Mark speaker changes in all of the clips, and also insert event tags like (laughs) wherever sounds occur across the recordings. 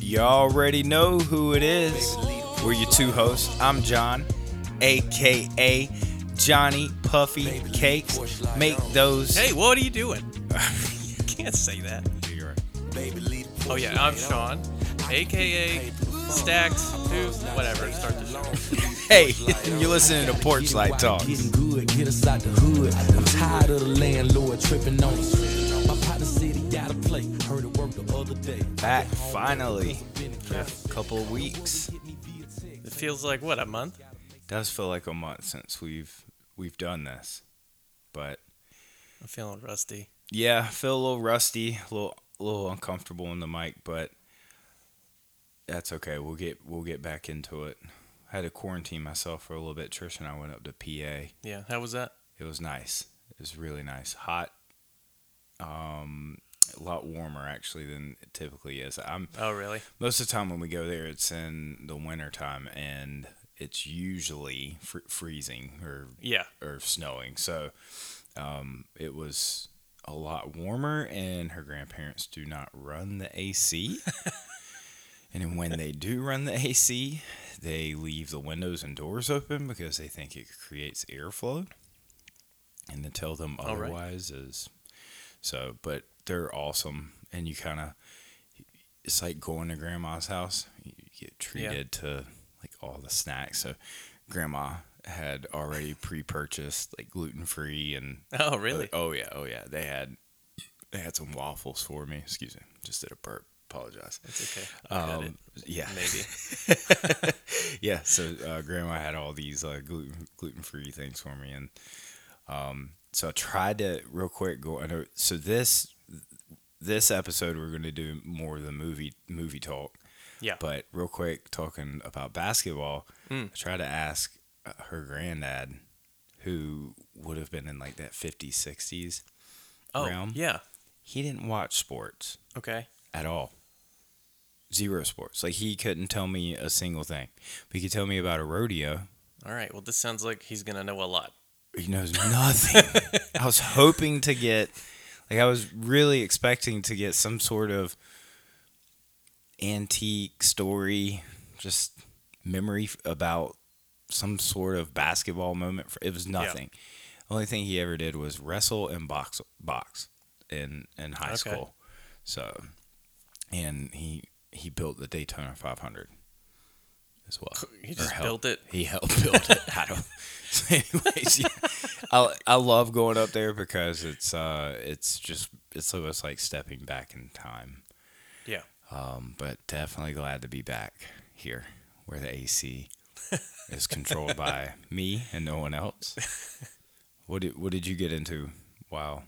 Speaker 1: You already know who it is. We're your two hosts. I'm John, aka Johnny Puffy Cakes. Make those.
Speaker 2: Hey, what are you doing? (laughs) you can't say that. Oh yeah, I'm Sean, aka Stacks, Two, whatever. Start the show.
Speaker 1: Hey, (laughs) you're listening to Porch Light Talk.
Speaker 3: Getting good, get us out the hood. I'm tired of the landlord tripping on us. My partner said he got a play. Heard it work the other day.
Speaker 1: Back finally for a couple of weeks.
Speaker 2: It feels like what a month.
Speaker 1: Does feel like a month since we've we've done this, but
Speaker 2: I'm feeling rusty.
Speaker 1: yeah, feel a little rusty, a little a little uncomfortable in the mic, but that's okay. We'll get we'll get back into it. I had to quarantine myself for a little bit. Trish and I went up to PA.
Speaker 2: Yeah, how was that?
Speaker 1: It was nice. It was really nice. Hot. Um a lot warmer actually than it typically is. I'm
Speaker 2: Oh really?
Speaker 1: most of the time when we go there it's in the winter time and it's usually fr- freezing or
Speaker 2: Yeah,
Speaker 1: or snowing. So um, it was a lot warmer, and her grandparents do not run the
Speaker 2: (laughs)
Speaker 1: AC. and when they do run the AC, they leave the windows and doors open because they think it creates airflow. And to tell them
Speaker 2: All right.
Speaker 1: otherwise is so, but they're awesome. And you kind of, it's like going to grandma's house. You get treated to like all the snacks. So grandma had already pre-purchased like gluten-free and
Speaker 2: Oh really?
Speaker 1: oh yeah oh yeah they had they had some waffles for me excuse me just did a burp apologize
Speaker 2: It's okay. I'll cut
Speaker 1: um, yeah
Speaker 2: it, maybe.
Speaker 1: (laughs) yeah so uh, grandma had all these uh, gluten gluten-free things for me and um so i tried to real quick go i know so this this episode we're going to do more of the movie movie talk
Speaker 2: Yeah. Hmm.
Speaker 1: but real quick, talking about basketball, I tried to ask uh, her granddad, who would have been in like that 50s, 60s
Speaker 2: oh
Speaker 1: realm.
Speaker 2: yeah.
Speaker 1: He didn't watch sports
Speaker 2: Okay.
Speaker 1: at all. Zero sports. Like he couldn't tell me a single thing. But he could tell me about a rodeo.
Speaker 2: All right. Well, this sounds like he's gonna know a lot.
Speaker 1: He knows nothing. I was hoping to get, like, I was really expecting to get some sort of antique story, just memory f- about some sort of basketball moment. For, it was nothing. Only thing he ever did was wrestle and box box in in high
Speaker 2: Okay.
Speaker 1: school. So, and he he built the Daytona 500 as well.
Speaker 2: He
Speaker 1: Or
Speaker 2: just
Speaker 1: helped.
Speaker 2: built it.
Speaker 1: He helped build it. I don't. (laughs) So anyways, yeah. I I love going up there because it's uh it's just it's almost like stepping back in time.
Speaker 2: Yeah.
Speaker 1: Um, but definitely glad to be back here where the
Speaker 2: (laughs)
Speaker 1: AC is controlled by me and no one
Speaker 2: (laughs)
Speaker 1: else. What did what did you get into? Wow,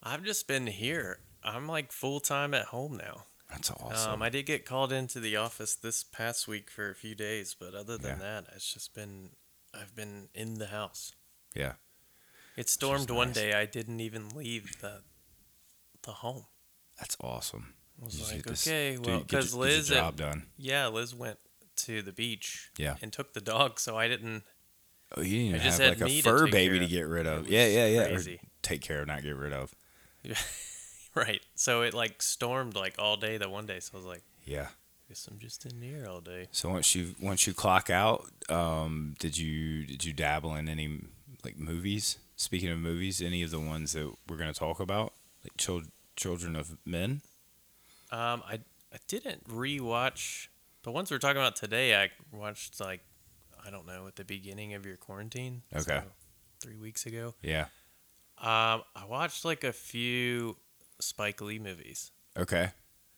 Speaker 2: I've just been here. I'm like full time at home now.
Speaker 1: that's awesome.
Speaker 2: Um, I did get called into the office this past week for a few days, but other than that, it's just been I've been in the house.
Speaker 1: yeah,
Speaker 2: It stormed one
Speaker 1: nice.
Speaker 2: day. I didn't even leave the the home.
Speaker 1: that's awesome.
Speaker 2: I was
Speaker 1: You
Speaker 2: like,
Speaker 1: get this-
Speaker 2: okay,
Speaker 1: do-
Speaker 2: well,
Speaker 1: get your-
Speaker 2: because
Speaker 1: get your
Speaker 2: Liz, and-
Speaker 1: job done.
Speaker 2: yeah, Liz went to the beach,
Speaker 1: Yeah.
Speaker 2: and took the dog, so I didn't. (laughs)
Speaker 1: Oh, you didn't even
Speaker 2: I just
Speaker 1: have
Speaker 2: had
Speaker 1: like a
Speaker 2: me to
Speaker 1: fur
Speaker 2: take
Speaker 1: baby
Speaker 2: care
Speaker 1: to
Speaker 2: of.
Speaker 1: get rid
Speaker 2: It
Speaker 1: of.
Speaker 2: was
Speaker 1: Yeah, yeah, yeah. or
Speaker 2: crazy.
Speaker 1: take care of, not get rid of.
Speaker 2: Right, so it like stormed like all day that one day. So I was like,
Speaker 1: Yeah.
Speaker 2: guess I'm just in here all day.
Speaker 1: So once you once you clock out, um, did you did you dabble in any like movies? Speaking of movies, any of the ones that we're gonna talk about, like Chil- Children of Men?
Speaker 2: Um, I I didn't rewatch the ones we're talking about today. I watched like I don't know at the beginning of your quarantine.
Speaker 1: Okay.
Speaker 2: three weeks ago.
Speaker 1: Yeah.
Speaker 2: Um, I watched like a few Spike Lee movies.
Speaker 1: Okay.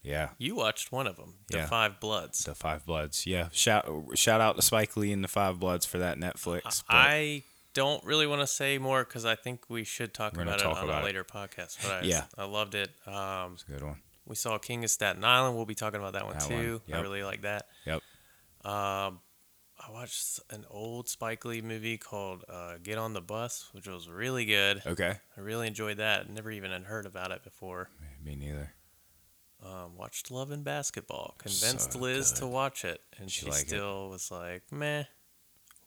Speaker 1: Yeah.
Speaker 2: You watched one of them, The
Speaker 1: Yeah.
Speaker 2: Five Bloods.
Speaker 1: The Five Bloods. Yeah. Shout shout out to Spike Lee and the Five Bloods for that Netflix. but
Speaker 2: I don't really want to say more because I think we should talk
Speaker 1: We're gonna
Speaker 2: about it
Speaker 1: talk
Speaker 2: on
Speaker 1: about
Speaker 2: a
Speaker 1: it.
Speaker 2: later podcast. But I,
Speaker 1: Yeah.
Speaker 2: I loved it. Um,
Speaker 1: it's a good one.
Speaker 2: we saw King of Staten Island. We'll be talking about that one
Speaker 1: That one,
Speaker 2: too. I
Speaker 1: yep.
Speaker 2: really like that.
Speaker 1: Yep.
Speaker 2: Um, I watched an old Spike Lee movie called uh, Get on the Bus, which was really good.
Speaker 1: Okay.
Speaker 2: I really enjoyed that. Never even had heard about it before.
Speaker 1: Me neither.
Speaker 2: Um, watched Love and Basketball. Convinced
Speaker 1: So
Speaker 2: Liz to
Speaker 1: good.
Speaker 2: watch it, and
Speaker 1: She
Speaker 2: she,
Speaker 1: like it?
Speaker 2: still was like, "Meh,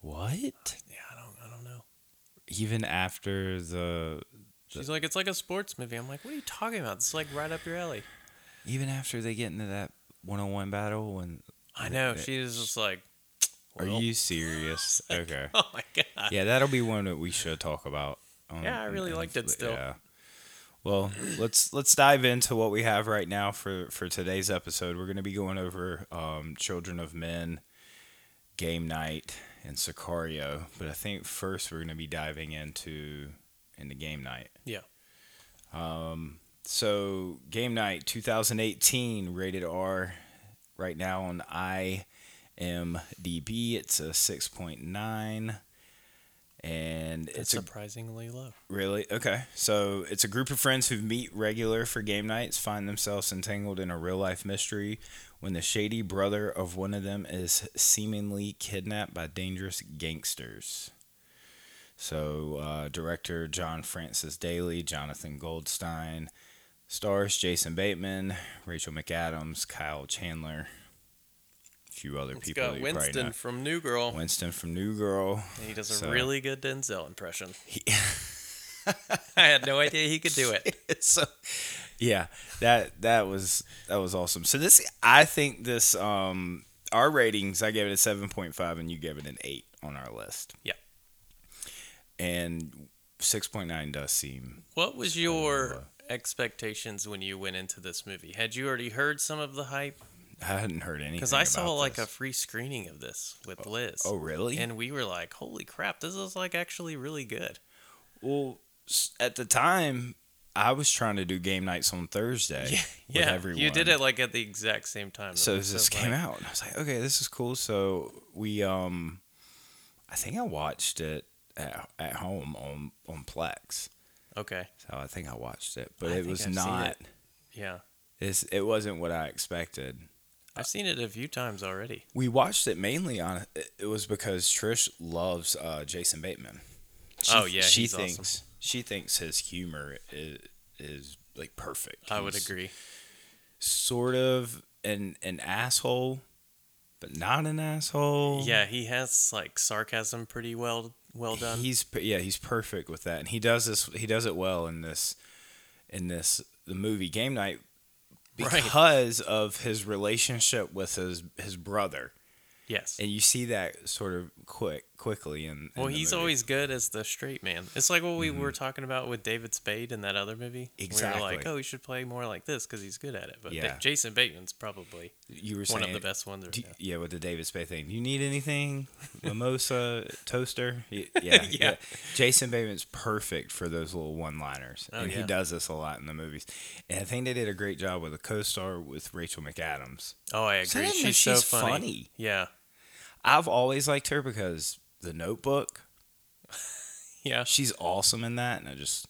Speaker 1: What?
Speaker 2: yeah, I don't, I don't know."
Speaker 1: Even after the
Speaker 2: She's like, "It's like a sports movie." I'm like, "What are you talking about? It's like right up your alley."
Speaker 1: even after they get into that one-on-one battle when
Speaker 2: I know. She was just like,
Speaker 1: are
Speaker 2: well,
Speaker 1: you serious (laughs) okay
Speaker 2: (laughs) Oh my god.
Speaker 1: yeah that'll be one that we should talk about on-
Speaker 2: Yeah, I really
Speaker 1: in-
Speaker 2: liked it still.
Speaker 1: yeah. well let's let's dive into what we have right now for for today's episode we're going to be going over um children of men game night and sicario but i think first we're going to be diving into into game night
Speaker 2: Yeah.
Speaker 1: so game night 2018 rated r right now on imdb it's a 6.9 and
Speaker 2: It's
Speaker 1: it's a
Speaker 2: surprisingly low.
Speaker 1: really okay so it's a group of friends who meet regular for game nights find themselves entangled in a real life mystery when the shady brother of one of them is seemingly kidnapped by dangerous gangsters so uh, director john francis daly jonathan goldstein Stars Jason Bateman, Rachel McAdams, Kyle Chandler, a few other
Speaker 2: It's
Speaker 1: people.
Speaker 2: got
Speaker 1: that you probably
Speaker 2: Winston
Speaker 1: know.
Speaker 2: from New Girl.
Speaker 1: Winston from New Girl.
Speaker 2: And he does a
Speaker 1: So-
Speaker 2: really good Denzel (laughs) impression.
Speaker 1: He-
Speaker 2: I had no idea he could do (laughs) it.
Speaker 1: so, yeah, that that was that was awesome. So this, I think this, um, our ratings, I gave it a seven point five, and you gave it an eight on our list.
Speaker 2: Yeah.
Speaker 1: and six point nine does seem
Speaker 2: What was your expectations when you went into this movie? Had you already heard some of the hype?
Speaker 1: I hadn't heard anything
Speaker 2: Because I saw
Speaker 1: about
Speaker 2: like a
Speaker 1: this.
Speaker 2: free screening of this with Liz.
Speaker 1: oh really
Speaker 2: And we were like, holy crap, this is like actually really good.
Speaker 1: Well, s- at the time, I was trying to do game nights on Thursday. with
Speaker 2: Yeah.
Speaker 1: everyone.
Speaker 2: You did it like at the exact same time.
Speaker 1: So
Speaker 2: though,
Speaker 1: this came
Speaker 2: like,
Speaker 1: out, and I was like, okay, this is cool. So we, um, I think I watched it at, at home on on Plex.
Speaker 2: Okay.
Speaker 1: So I think I watched it, but
Speaker 2: I
Speaker 1: it
Speaker 2: think
Speaker 1: was
Speaker 2: I've seen
Speaker 1: not.
Speaker 2: it. Yeah.
Speaker 1: It's, it wasn't what I expected.
Speaker 2: I've seen it a few times already.
Speaker 1: We watched it mainly on. It it was because Trish loves uh, Jason Bateman. She-
Speaker 2: Oh, yeah,
Speaker 1: she
Speaker 2: he's awesome.
Speaker 1: thinks she thinks his humor is is like perfect.
Speaker 2: I would
Speaker 1: He's-
Speaker 2: agree.
Speaker 1: sort of an an asshole, but not an asshole.
Speaker 2: Yeah, he has like sarcasm pretty well well done.
Speaker 1: he's p- yeah he's perfect with that, and he does this he does it well in this in this the movie Game Night
Speaker 2: Right.
Speaker 1: because of his relationship with his his brother,
Speaker 2: yes.
Speaker 1: and you see that sort of quick quickly in. in
Speaker 2: well,
Speaker 1: the movie.
Speaker 2: he's
Speaker 1: Mm-hmm.
Speaker 2: always good as the straight man. It's like what we were talking about with David Spade in that other movie. We were like,
Speaker 1: Exactly.
Speaker 2: oh, he should play more like this because he's good at it. But
Speaker 1: Yeah.
Speaker 2: Da- Jason Bateman's probably
Speaker 1: you were
Speaker 2: one of the
Speaker 1: saying-
Speaker 2: best ones.
Speaker 1: Do-
Speaker 2: right now.
Speaker 1: yeah, with the David Spade thing. You need
Speaker 2: (laughs)
Speaker 1: anything? Mimosa, toaster? Y- Yeah, yeah. Jason Bateman's perfect for those little one-liners,
Speaker 2: Oh,
Speaker 1: and he
Speaker 2: yeah.
Speaker 1: does this a lot in the movies. And I think they did a great job with a co-star with Rachel McAdams.
Speaker 2: Oh, I
Speaker 1: So I
Speaker 2: agree.
Speaker 1: didn't know
Speaker 2: she's so
Speaker 1: she's
Speaker 2: funny.
Speaker 1: funny.
Speaker 2: Yeah.
Speaker 1: I've always liked her because The Notebook.
Speaker 2: Yeah.
Speaker 1: She's awesome in that, and I just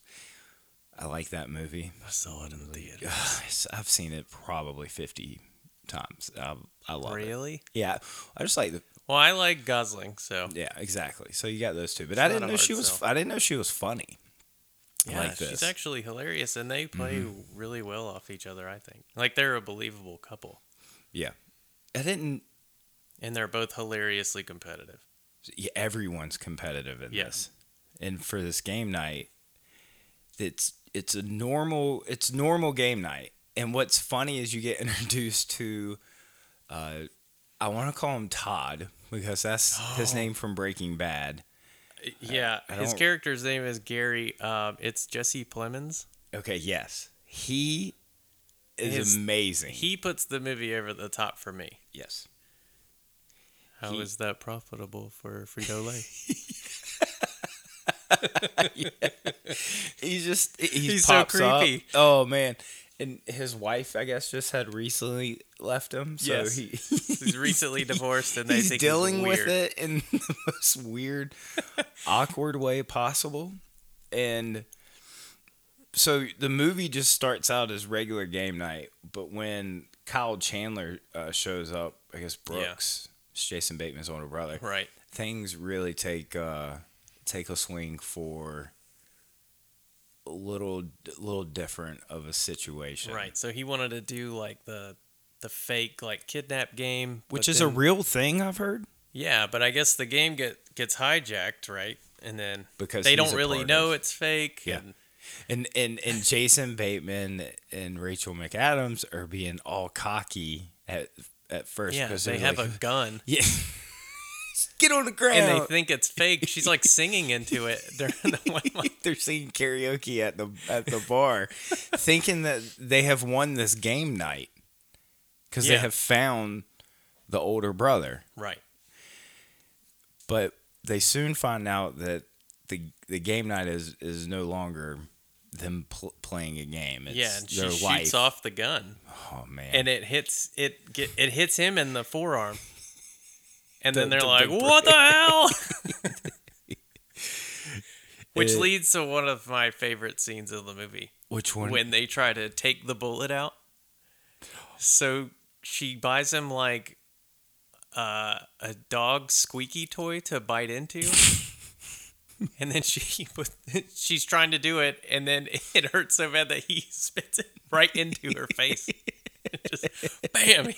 Speaker 1: I like that movie. (sighs)
Speaker 2: I saw it in the theater.
Speaker 1: I've seen it probably fifty times. I, I (laughs) love it.
Speaker 2: Really?
Speaker 1: Yeah, I just like the
Speaker 2: Well, I like Gosling, so
Speaker 1: Yeah, exactly. So you got those two, but
Speaker 2: It's
Speaker 1: I
Speaker 2: not
Speaker 1: didn't
Speaker 2: a
Speaker 1: know she
Speaker 2: hard
Speaker 1: was.
Speaker 2: sell.
Speaker 1: I didn't know she was funny.
Speaker 2: yeah,
Speaker 1: like this. Mm-hmm.
Speaker 2: she's actually hilarious, and they play really well off each other. I think like they're a believable couple,
Speaker 1: Yeah, I didn't.
Speaker 2: and they're both hilariously competitive.
Speaker 1: yeah, Everyone's competitive in
Speaker 2: Yeah.
Speaker 1: this, and for this game night, it's it's a normal it's normal game night. And what's funny is you get (laughs) introduced to, uh, I want to call him Todd because
Speaker 2: (gasps)
Speaker 1: that's his name from Breaking Bad.
Speaker 2: Yeah,
Speaker 1: I
Speaker 2: his
Speaker 1: don't-
Speaker 2: character's name is Gary. Um, it's Jesse Plemons.
Speaker 1: Okay, yes, he is
Speaker 2: His-
Speaker 1: amazing.
Speaker 2: He puts the movie over the top for me.
Speaker 1: yes,
Speaker 2: How is
Speaker 1: He-
Speaker 2: that profitable for Frito
Speaker 1: (laughs)
Speaker 2: Lay?
Speaker 1: he's just he
Speaker 2: He's
Speaker 1: he's
Speaker 2: so
Speaker 1: pops up.
Speaker 2: creepy.
Speaker 1: Oh man. And his wife, I guess, just had recently left him. So
Speaker 2: Yes.
Speaker 1: he
Speaker 2: (laughs) he's recently divorced, and they
Speaker 1: he's
Speaker 2: think
Speaker 1: dealing
Speaker 2: he's
Speaker 1: with
Speaker 2: weird.
Speaker 1: it in (laughs) the most
Speaker 2: (laughs)
Speaker 1: weird, awkward way possible. And so the movie just starts out as regular game night, but when Kyle Chandler uh, shows up, I guess Brooks, it's Jason Bateman's older brother,
Speaker 2: Right.
Speaker 1: things really take uh take a swing for a little little different of a situation
Speaker 2: Right. So he wanted to do like the the fake like kidnap game,
Speaker 1: which
Speaker 2: but
Speaker 1: is a
Speaker 2: then-
Speaker 1: real thing i've heard
Speaker 2: yeah. But I guess the game get gets hijacked, right? And then
Speaker 1: Because
Speaker 2: they
Speaker 1: he's
Speaker 2: don't
Speaker 1: a
Speaker 2: really
Speaker 1: part
Speaker 2: know
Speaker 1: of-
Speaker 2: it's fake.
Speaker 1: Yeah.
Speaker 2: and-
Speaker 1: and and and jason bateman and rachel mcadams are being all cocky at at first
Speaker 2: Yeah,
Speaker 1: because
Speaker 2: they have a gun.
Speaker 1: (laughs) yeah. Get on the ground.
Speaker 2: And they think it's fake. She's like singing into it (laughs) during the
Speaker 1: (laughs)
Speaker 2: one. Like,
Speaker 1: they're singing karaoke at the at the
Speaker 2: (laughs)
Speaker 1: bar, thinking that they have won this game night because they
Speaker 2: Yeah.
Speaker 1: have found the older brother.
Speaker 2: right.
Speaker 1: But they soon find out that the the game night is is no longer them pl- playing a game. It's
Speaker 2: Yeah, and she
Speaker 1: their
Speaker 2: shoots
Speaker 1: life.
Speaker 2: off the gun,
Speaker 1: Oh man!
Speaker 2: and it hits it get, it hits him in the forearm, and then
Speaker 1: The-
Speaker 2: they're
Speaker 1: the
Speaker 2: like,
Speaker 1: big
Speaker 2: "What
Speaker 1: (laughs)
Speaker 2: the hell?" (laughs) Which
Speaker 1: It-
Speaker 2: leads to one of my favorite scenes of the movie
Speaker 1: Which one?
Speaker 2: when they try to take the bullet out. So she buys him like uh, a dog squeaky toy to
Speaker 1: (laughs)
Speaker 2: bite into. And then she put, (laughs) she's trying to do it, and then (laughs) it hurts so bad that he (laughs) spits it right into her
Speaker 1: (laughs)
Speaker 2: face. Just bam! (laughs)
Speaker 1: and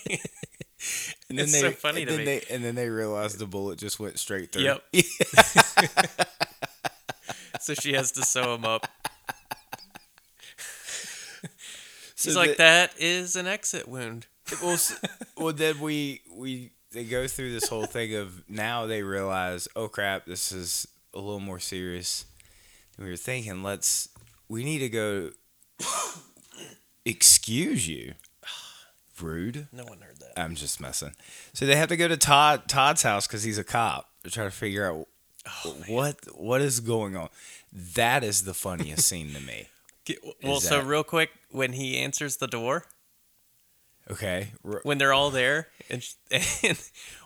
Speaker 1: then
Speaker 2: it's
Speaker 1: they,
Speaker 2: so funny
Speaker 1: and
Speaker 2: to
Speaker 1: then
Speaker 2: me.
Speaker 1: They, and then they realize the bullet just went straight through.
Speaker 2: yep.
Speaker 1: (laughs)
Speaker 2: (laughs) so she has to sew him up. She's
Speaker 1: So
Speaker 2: like,
Speaker 1: the-
Speaker 2: "That is an exit wound."
Speaker 1: well, s- well, then we we they go through this whole thing of now they realize, oh crap, this is a little more serious than we were thinking. Let's we need to go. (coughs) Excuse you, (sighs) rude.
Speaker 2: No one heard
Speaker 1: (laughs)
Speaker 2: that.
Speaker 1: I'm just messing. So they have to go to Todd Todd's house because he's a cop. They're trying to figure out
Speaker 2: Oh,
Speaker 1: what what is going on. That is the funniest scene to me.
Speaker 2: Get- Well, so
Speaker 1: that-
Speaker 2: real quick, when he answers the door,
Speaker 1: Okay, R-
Speaker 2: when they're all there, and, sh- (laughs) and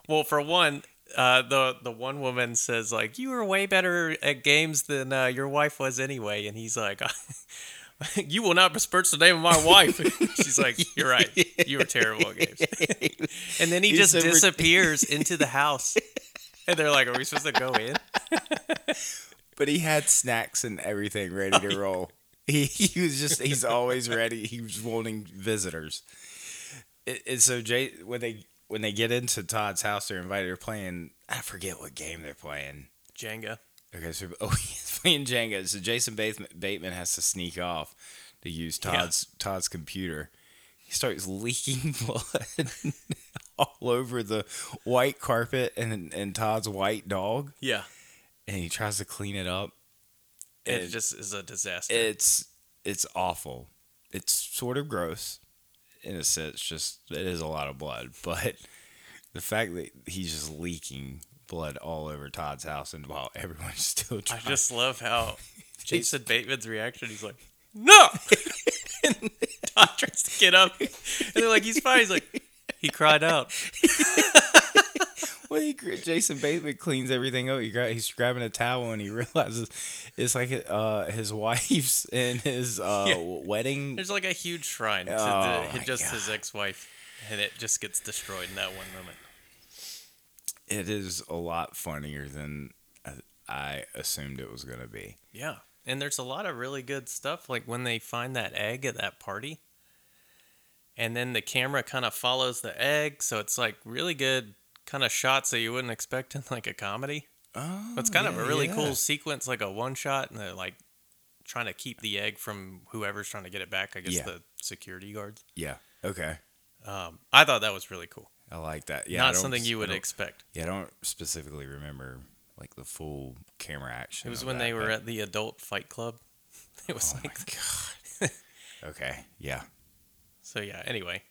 Speaker 2: well, for one, uh, the the one woman says like, "You were way better at games than uh, your wife was anyway," and he's like. (laughs) You will not besmirch the name of my wife. (laughs) She's like, "You're right. You were terrible at games." (laughs) and then he
Speaker 1: He's
Speaker 2: just
Speaker 1: so rid-
Speaker 2: (laughs) disappears into the house, and they're like, "Are we supposed to go in?"
Speaker 1: But he had snacks and everything ready to roll. He, he was just he's always ready. He was wanting visitors. And- And so Jay when they when they get into Todd's house, they're invited. They're playing. I forget what game they're playing.
Speaker 2: Jenga.
Speaker 1: Okay, so (laughs) oh he's playing Jenga. So Jason Bateman, Bateman has to sneak off to use
Speaker 2: Yeah.
Speaker 1: Todd's Todd's computer. He starts leaking (laughs) blood all over the white carpet and and Todd's white dog,
Speaker 2: Yeah,
Speaker 1: and he tries to clean it up.
Speaker 2: it
Speaker 1: And-
Speaker 2: just is a disaster.
Speaker 1: it's it's awful. It's sort of gross in a sense. Just it is a lot of blood, (laughs) but the fact that he's just leaking blood all over Todd's house and while everyone's (laughs) still
Speaker 2: I
Speaker 1: trying,
Speaker 2: just love how Jason Bateman's reaction. He's like, "No!" (laughs) and Todd tries to get up, and they're like, "He's fine." He's like, "He cried out."
Speaker 1: well, he, gr- Jason Bateman cleans everything up. He gra- he's grabbing a towel and he (laughs) realizes it's like uh, his (laughs) wife's and his uh,
Speaker 2: Yeah.
Speaker 1: wedding.
Speaker 2: There's like a huge shrine to
Speaker 1: Oh
Speaker 2: the,
Speaker 1: my
Speaker 2: just his
Speaker 1: God.
Speaker 2: ex-wife, and it just gets destroyed in that one moment.
Speaker 1: It is a lot funnier than I- I assumed it was gonna be.
Speaker 2: Yeah, and there's a lot of really good stuff, like when they find that egg at that party, and then the camera kind of follows the egg, so it's like really good kind of shots that you wouldn't expect in like a comedy.
Speaker 1: Oh,
Speaker 2: It's kind of a really
Speaker 1: cool
Speaker 2: cool sequence, like a one shot, and they're like trying to keep the egg from whoever's trying to get it back. I guess
Speaker 1: Yeah.
Speaker 2: the security guards.
Speaker 1: Yeah. Okay.
Speaker 2: Um, I thought that was really cool.
Speaker 1: I like that. Yeah. I
Speaker 2: Not
Speaker 1: don't
Speaker 2: something
Speaker 1: s-
Speaker 2: you
Speaker 1: I
Speaker 2: would
Speaker 1: don't-
Speaker 2: expect.
Speaker 1: Yeah, I don't specifically remember like the full camera action.
Speaker 2: It was
Speaker 1: of
Speaker 2: when
Speaker 1: that,
Speaker 2: they were
Speaker 1: but-
Speaker 2: at the adult fight club. (laughs) It was
Speaker 1: Oh my
Speaker 2: like
Speaker 1: god. okay. Yeah.
Speaker 2: (laughs) so. Yeah. Anyway,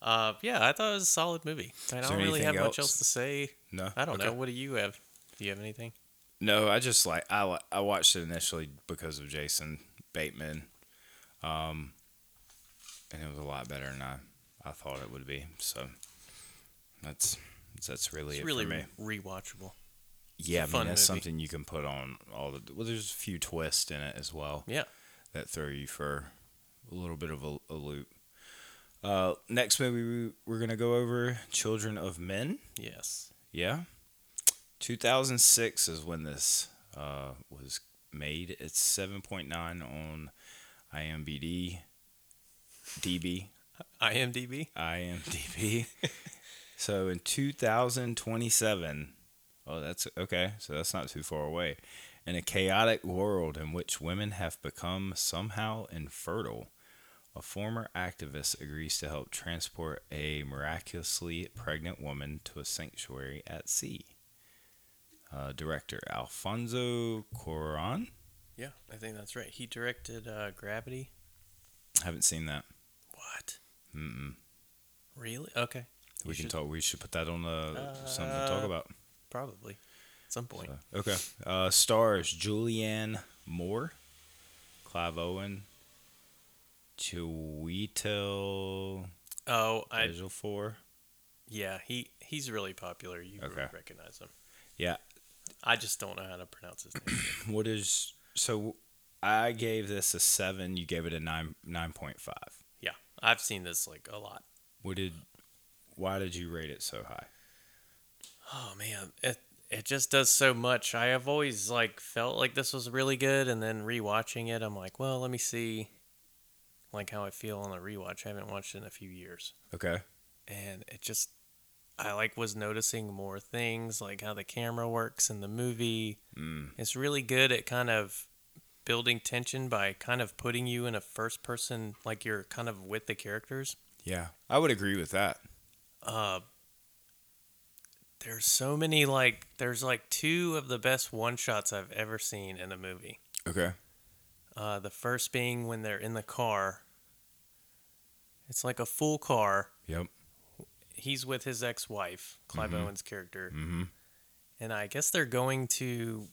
Speaker 2: uh, yeah, I thought it was a solid movie. I
Speaker 1: there
Speaker 2: don't really have
Speaker 1: anything
Speaker 2: much
Speaker 1: else?
Speaker 2: else to say.
Speaker 1: No.
Speaker 2: I don't
Speaker 1: Okay.
Speaker 2: know. What do you have? Do you have anything?
Speaker 1: No, I just like I li- I watched it initially because of Jason Bateman, um, and it was a lot better than I I thought it would be. So that's that's really
Speaker 2: It's
Speaker 1: it
Speaker 2: really
Speaker 1: for me.
Speaker 2: rewatchable.
Speaker 1: Yeah, I mean
Speaker 2: fun
Speaker 1: that's
Speaker 2: movie.
Speaker 1: something you can put on all the well. There's a few twists in it as well.
Speaker 2: Yeah.
Speaker 1: that throw you for a little bit of a, a loop. Uh, next movie we, we're gonna go over Children of Men.
Speaker 2: Yes.
Speaker 1: Yeah, 2006 is when this uh, was made. It's 7.9 on IMDb, DB,
Speaker 2: IMDb.
Speaker 1: IMDb. (laughs) so in 2027, oh, that's okay. So that's not too far away. In a chaotic world in which women have become somehow infertile, a former activist agrees to help transport a miraculously pregnant woman to a sanctuary at sea. Uh, director Alfonso Cuaron.
Speaker 2: Yeah, I think that's right. He directed uh, Gravity.
Speaker 1: Haven't seen that.
Speaker 2: What?
Speaker 1: Mm-mm.
Speaker 2: Really? Okay.
Speaker 1: We
Speaker 2: You
Speaker 1: can
Speaker 2: should-
Speaker 1: talk. We should put that on uh, something to talk
Speaker 2: Uh,
Speaker 1: about.
Speaker 2: Probably. At some point.
Speaker 1: So, okay. Uh, stars Julianne Moore, Clive Owen, Chiwetel
Speaker 2: oh, I
Speaker 1: Ejiofor.
Speaker 2: yeah. He he's really popular. You would
Speaker 1: Okay.
Speaker 2: recognize him.
Speaker 1: Yeah.
Speaker 2: I just don't know how to pronounce his
Speaker 1: (coughs)
Speaker 2: name.
Speaker 1: What is so? I gave this a seven. You gave it a nine nine point five.
Speaker 2: yeah, I've seen this like a lot.
Speaker 1: What did? Why did you rate it so high?
Speaker 2: Oh man, it it just does so much. I have always like felt like this was really good, and then rewatching it, I'm like, well, let me see, like how I feel on a rewatch. I haven't watched it in a few years,
Speaker 1: Okay.
Speaker 2: and it just, I like was noticing more things, like how the camera works in the movie.
Speaker 1: Mm.
Speaker 2: It's really good at kind of building tension by kind of putting you in a first person, like you're kind of with the characters.
Speaker 1: Yeah, I would agree with that.
Speaker 2: uh there's so many like there's like two of the best one shots I've ever seen in a movie.
Speaker 1: Okay.
Speaker 2: Uh the first being when they're in the car. It's like a full car.
Speaker 1: Yep.
Speaker 2: He's with his ex-wife, Clive Owen's character,
Speaker 1: Mm-hmm.
Speaker 2: and I guess they're going to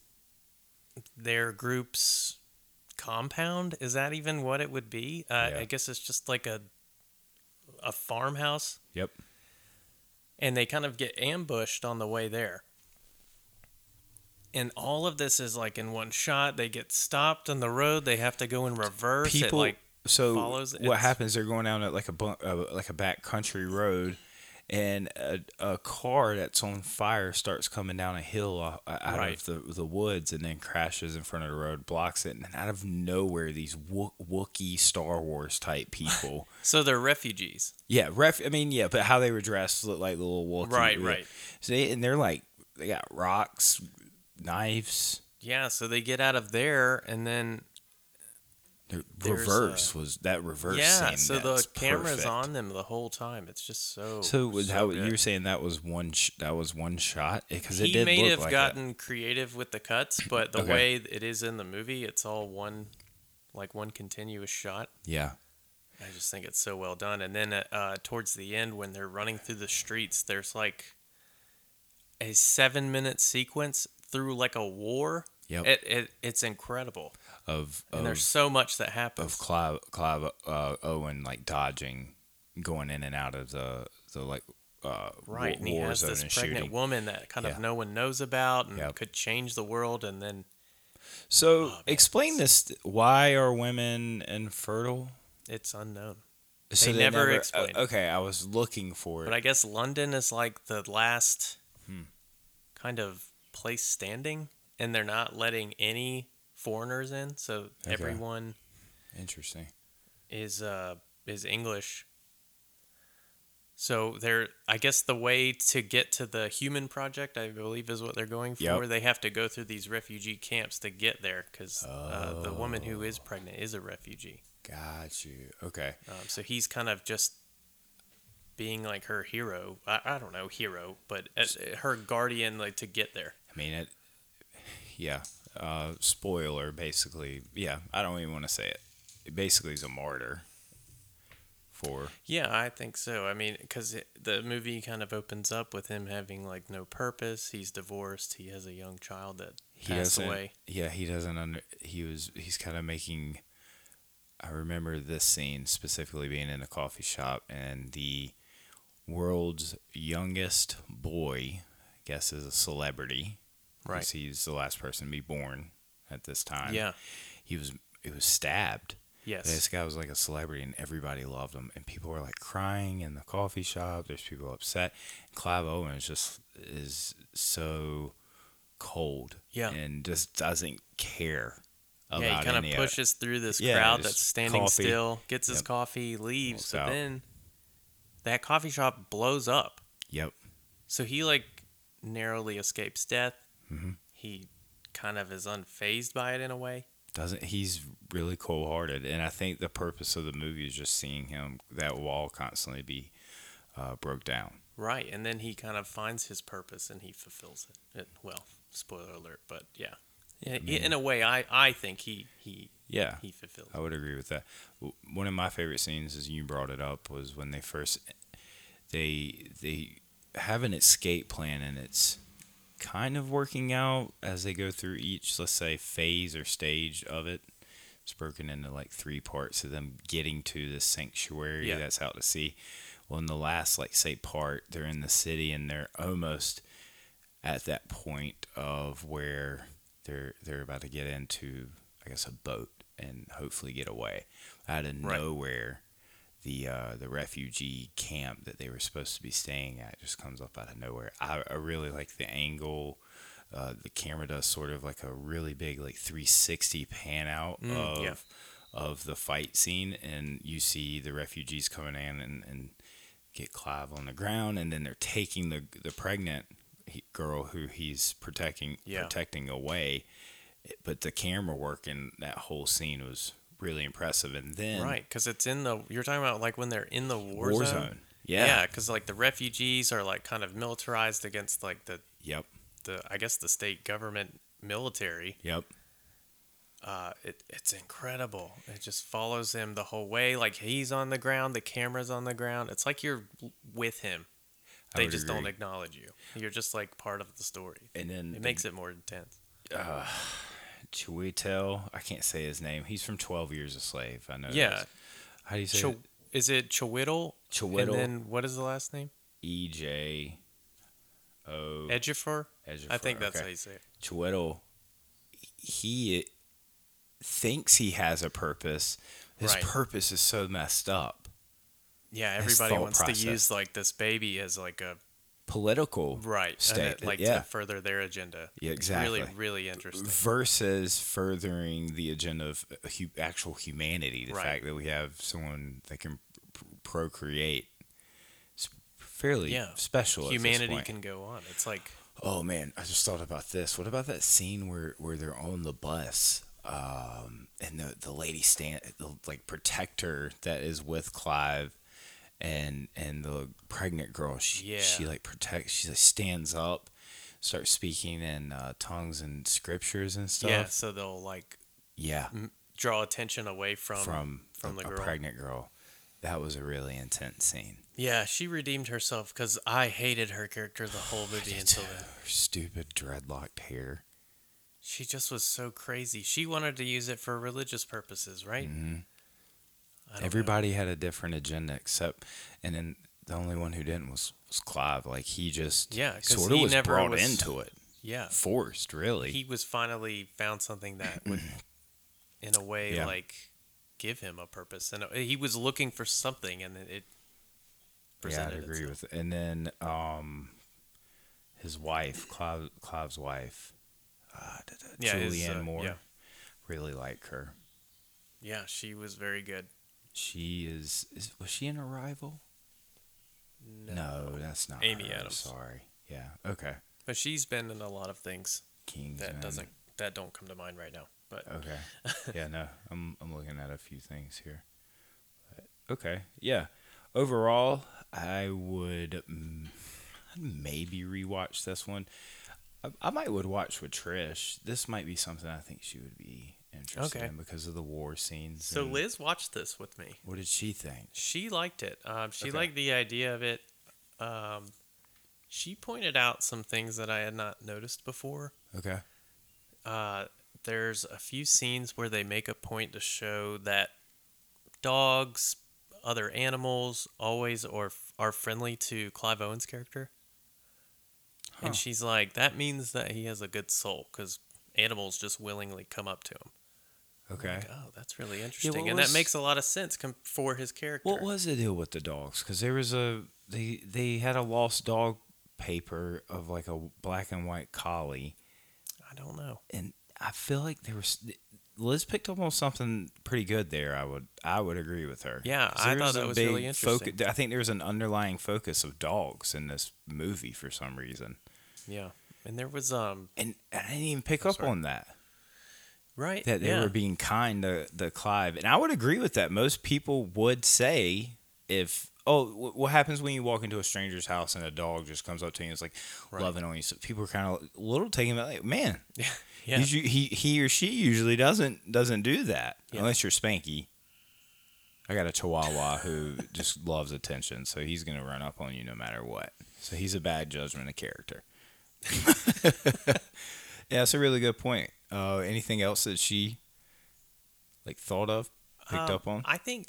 Speaker 2: their group's compound. Is that even what it would be? Uh,
Speaker 1: Yeah.
Speaker 2: I guess it's just like a a farmhouse
Speaker 1: Yep.
Speaker 2: and they kind of get ambushed on the way there. And all of this is like in one shot. They get stopped on the road. They have to go in reverse. It,
Speaker 1: people
Speaker 2: like
Speaker 1: so
Speaker 2: follows-
Speaker 1: what
Speaker 2: it's-
Speaker 1: happens they're going down at like a bu- uh, like a back country road and a, a car that's on fire starts coming down a hill o- uh, out
Speaker 2: Right.
Speaker 1: of the, the woods and then crashes in front of the road blocks it and out of nowhere these Wo- wookiee star wars type
Speaker 2: (laughs)
Speaker 1: people
Speaker 2: so they're refugees.
Speaker 1: yeah ref i mean yeah but how they were dressed looked like little Wookiee.
Speaker 2: Right, right.
Speaker 1: so they, and they're like they got rocks knives
Speaker 2: Yeah. So they get out of there, and then
Speaker 1: The
Speaker 2: There's,
Speaker 1: reverse was that reverse
Speaker 2: yeah.
Speaker 1: scene,
Speaker 2: So the
Speaker 1: that's
Speaker 2: camera's
Speaker 1: perfect.
Speaker 2: on them the whole time. It's just Oh, so.
Speaker 1: So was how
Speaker 2: good.
Speaker 1: you were saying that was one sh- that was one shot because it
Speaker 2: he
Speaker 1: did
Speaker 2: may
Speaker 1: look
Speaker 2: have
Speaker 1: like that.
Speaker 2: gotten creative with the cuts, but the
Speaker 1: Okay.
Speaker 2: way it is in the movie, it's all one, like one continuous shot.
Speaker 1: Yeah,
Speaker 2: I just think it's so well done. And then uh, uh, towards the end, when they're running through the streets, there's like a seven minute sequence through like a war.
Speaker 1: Yep.
Speaker 2: It, it, it's incredible.
Speaker 1: of
Speaker 2: And
Speaker 1: of,
Speaker 2: there's so much that
Speaker 1: of
Speaker 2: happens.
Speaker 1: Clive Clive uh, Owen like dodging, going in and out of the the like uh,
Speaker 2: right.
Speaker 1: wa-
Speaker 2: and he
Speaker 1: war
Speaker 2: has
Speaker 1: zone
Speaker 2: this
Speaker 1: and
Speaker 2: pregnant
Speaker 1: shooting.
Speaker 2: woman that kind
Speaker 1: Yeah.
Speaker 2: of no one knows about and
Speaker 1: Yep.
Speaker 2: could change the world. And then
Speaker 1: So
Speaker 2: oh, man,
Speaker 1: explain this: why are women infertile?
Speaker 2: it's unknown.
Speaker 1: So
Speaker 2: They never explain it.
Speaker 1: uh, okay, I was looking for it.
Speaker 2: But I guess London is like the last kind of place standing. And they're not letting any foreigners in. So
Speaker 1: Okay.
Speaker 2: everyone.
Speaker 1: Interesting.
Speaker 2: is uh is English. So they're I guess the way to get to the human project I believe is what they're going for.
Speaker 1: Yep.
Speaker 2: They have to go through these refugee camps to get there because uh, the woman who is pregnant is a refugee.
Speaker 1: Got you. Okay.
Speaker 2: Um, so he's kind of just being like her hero. I, I don't know hero, but uh, her guardian like to get there.
Speaker 1: I mean it. Yeah. Uh, spoiler, basically. Yeah, I don't even want to say it. It basically is a martyr for.
Speaker 2: Yeah, I think so. I mean, because the movie kind of opens up with him having like no purpose. He's divorced. He has a young child that
Speaker 1: He
Speaker 2: passed
Speaker 1: doesn't-
Speaker 2: away.
Speaker 1: Yeah, he doesn't under. He was. He's kind of making. I remember this scene specifically being in a coffee shop, and the world's youngest boy, I guess, is a celebrity. 'cause
Speaker 2: Right.
Speaker 1: He's the last person to be born at this time.
Speaker 2: Yeah.
Speaker 1: He was. He was stabbed. This
Speaker 2: Yes.
Speaker 1: guy was like a celebrity, and everybody loved him. And people were like crying in the coffee shop. There's people upset. Clive Owen is just is so cold,
Speaker 2: Yeah.
Speaker 1: and just doesn't care about
Speaker 2: Yeah, he kind
Speaker 1: any
Speaker 2: of
Speaker 1: of it.
Speaker 2: pushes through this
Speaker 1: Yeah,
Speaker 2: crowd
Speaker 1: just
Speaker 2: that's standing
Speaker 1: coffee.
Speaker 2: still, gets his
Speaker 1: Yep.
Speaker 2: coffee, leaves.
Speaker 1: Walks
Speaker 2: But
Speaker 1: out.
Speaker 2: then that coffee shop blows up.
Speaker 1: Yep.
Speaker 2: So he like narrowly escapes death. He kind of is unfazed by it in a way.
Speaker 1: doesn't he's really cold hearted, and I think the purpose of the movie is just seeing him that wall constantly be uh, broke down.
Speaker 2: Right, and then he kind of finds his purpose and he fulfills it. it well, spoiler alert, but yeah, yeah. in a way, I I think he he
Speaker 1: Yeah,
Speaker 2: he fulfills.
Speaker 1: I would agree with that. W- One of my favorite scenes, as you brought it up, was when they first they they have an escape plan, and it's kind of working out as they go through each, let's say, phase or stage of it. It's broken into like three parts of them getting to the sanctuary
Speaker 2: Yeah.
Speaker 1: that's out to sea. Well, in the last, like say, part, they're in the city and they're almost at that point of where they're they're about to get into I guess a boat and hopefully get away out of
Speaker 2: Right.
Speaker 1: nowhere the uh, the refugee camp that they were supposed to be staying at just comes up out of nowhere I, I really like the angle uh, the camera does sort of like a really big like 360 pan out of
Speaker 2: Mm, yeah.
Speaker 1: of the fight scene and you see the refugees coming in and, and get Clive on the ground, and then they're taking the the pregnant he, girl who he's protecting
Speaker 2: Yeah.
Speaker 1: protecting away. But the camera work in that whole scene was really impressive, and then
Speaker 2: Right, because it's in the you're talking about like when they're in the war,
Speaker 1: war, zone.
Speaker 2: zone.
Speaker 1: Yeah.
Speaker 2: Yeah, because like the refugees are like kind of militarized against like the
Speaker 1: Yep.
Speaker 2: the I guess the state government military.
Speaker 1: Yep.
Speaker 2: Uh, it, it's incredible. It just follows him the whole way. Like he's on the ground, the camera's on the ground. It's like you're with him.
Speaker 1: I
Speaker 2: They
Speaker 1: would
Speaker 2: just don't
Speaker 1: agree.
Speaker 2: acknowledge you. You're just like part of the story.
Speaker 1: And then
Speaker 2: It makes it more intense.
Speaker 1: Chiwetel. I can't say his name. He's from Twelve Years a Slave. I know.
Speaker 2: Yeah.
Speaker 1: this. How do you say
Speaker 2: Cho- is it Chowittle?
Speaker 1: Chowittle.
Speaker 2: And then what is the last name?
Speaker 1: E J O
Speaker 2: Edgifer? I
Speaker 1: Ejiofor,
Speaker 2: think that's
Speaker 1: okay.
Speaker 2: how you say it.
Speaker 1: Chiwetel, he thinks he has a purpose. His
Speaker 2: Right.
Speaker 1: purpose is so messed up.
Speaker 2: Yeah,
Speaker 1: His
Speaker 2: everybody
Speaker 1: thought
Speaker 2: wants
Speaker 1: process.
Speaker 2: to use like this baby as like a
Speaker 1: Political.
Speaker 2: right and
Speaker 1: State.
Speaker 2: it, like
Speaker 1: yeah.
Speaker 2: to further their agenda.
Speaker 1: Yeah,
Speaker 2: Really,
Speaker 1: exactly.
Speaker 2: really interesting.
Speaker 1: Versus furthering the agenda of uh, hu- actual humanity. The
Speaker 2: Right.
Speaker 1: fact that we have someone that can p- procreate. It's fairly
Speaker 2: Yeah.
Speaker 1: special. at this
Speaker 2: Humanity
Speaker 1: point.
Speaker 2: can go on. It's like
Speaker 1: Oh man, I just thought about this. What about that scene where where they're on the bus, um, and the the lady stand the like protector that is with Clive, and and the pregnant girl. She
Speaker 2: Yeah.
Speaker 1: she like protects. She like stands up, starts speaking in uh, tongues and scriptures and stuff.
Speaker 2: yeah, so they'll like
Speaker 1: Yeah,
Speaker 2: draw attention away from
Speaker 1: from
Speaker 2: Mm-hmm. from
Speaker 1: a,
Speaker 2: the
Speaker 1: a
Speaker 2: girl.
Speaker 1: pregnant girl. That was a really intense scene.
Speaker 2: yeah, she redeemed herself because I hated her character the whole movie until then.
Speaker 1: Her stupid dreadlocked hair.
Speaker 2: She just was so crazy. She wanted to use it for religious purposes, right? Mm-hmm.
Speaker 1: Everybody had a different agenda except, and then the only one who didn't was, was Clive. Like he just
Speaker 2: Yeah, 'cause
Speaker 1: sort of
Speaker 2: he
Speaker 1: was
Speaker 2: never
Speaker 1: brought
Speaker 2: was-
Speaker 1: into it, (laughs)
Speaker 2: Yeah,
Speaker 1: forced really.
Speaker 2: he was finally found something that would, in a way,
Speaker 1: Yeah.
Speaker 2: like give him a purpose, and uh, he was looking for something, and it.
Speaker 1: yeah, I'd
Speaker 2: presented
Speaker 1: agree
Speaker 2: itself.
Speaker 1: with. And then um, his wife, Clive, Clive's wife, uh, da- da-
Speaker 2: Yeah,
Speaker 1: Julianne
Speaker 2: his, uh,
Speaker 1: Moore,
Speaker 2: yeah.
Speaker 1: really like her.
Speaker 2: Yeah, she was very good.
Speaker 1: She is, is was she an arrival? No, that's not
Speaker 2: Amy
Speaker 1: her, I'm
Speaker 2: Adams.
Speaker 1: Sorry. Yeah. Okay.
Speaker 2: But she's been in a lot of things
Speaker 1: Kings.
Speaker 2: that doesn't that don't come to mind right now. But (laughs)
Speaker 1: Okay. yeah, no. I'm I'm looking at a few things here. But, okay. Yeah. Overall, I would mm, I'd maybe rewatch this one. I, I might would watch with Trish. This might be something I think she would be interested
Speaker 2: Okay.
Speaker 1: in because of the war scenes.
Speaker 2: so
Speaker 1: and-
Speaker 2: Liz watched this with me.
Speaker 1: what did she think?
Speaker 2: She liked it. Um, she
Speaker 1: Okay.
Speaker 2: liked the idea of it. Um, she pointed out some things that I had not noticed before.
Speaker 1: Okay.
Speaker 2: Uh, there's a few scenes where they make a point to show that dogs, other animals, always or are friendly to Clive Owen's character.
Speaker 1: Huh.
Speaker 2: And she's like, that means that he has a good soul because animals just willingly come up to him.
Speaker 1: Okay.
Speaker 2: Like, oh, that's really interesting,
Speaker 1: what
Speaker 2: and
Speaker 1: was-
Speaker 2: that makes a lot of sense com- for his character.
Speaker 1: What was the deal with the dogs? Because there was a they they had a lost dog paper of like a black and white collie.
Speaker 2: I don't know.
Speaker 1: and I feel like there was Liz picked up on something pretty good there. I would I would agree with her.
Speaker 2: Yeah,
Speaker 1: 'Cause
Speaker 2: I
Speaker 1: there
Speaker 2: thought that
Speaker 1: a
Speaker 2: was really
Speaker 1: big
Speaker 2: interesting.
Speaker 1: Focus, I think there was an underlying focus of dogs in this movie for some reason,
Speaker 2: Yeah, and there was um
Speaker 1: and I didn't even pick up
Speaker 2: sorry.
Speaker 1: on that.
Speaker 2: right?
Speaker 1: that they
Speaker 2: yeah.
Speaker 1: were being kind to, to Clive. And I would agree with that. Most people would say if, oh, wh- what happens when you walk into a stranger's house and a dog just comes up to you and is like loving on you? So people are kind of a little taken aback, like, man,
Speaker 2: yeah.
Speaker 1: he's u- he, he or she usually doesn't doesn't do that
Speaker 2: Yeah.
Speaker 1: unless you're Spanky. I got a Chihuahua who just (laughs) loves attention, so he's gonna run up on you no matter what. So he's a bad judgment of
Speaker 2: (laughs)
Speaker 1: character. yeah, that's a really good point. Uh, anything else that she like thought of, picked
Speaker 2: Um,
Speaker 1: up on?
Speaker 2: I think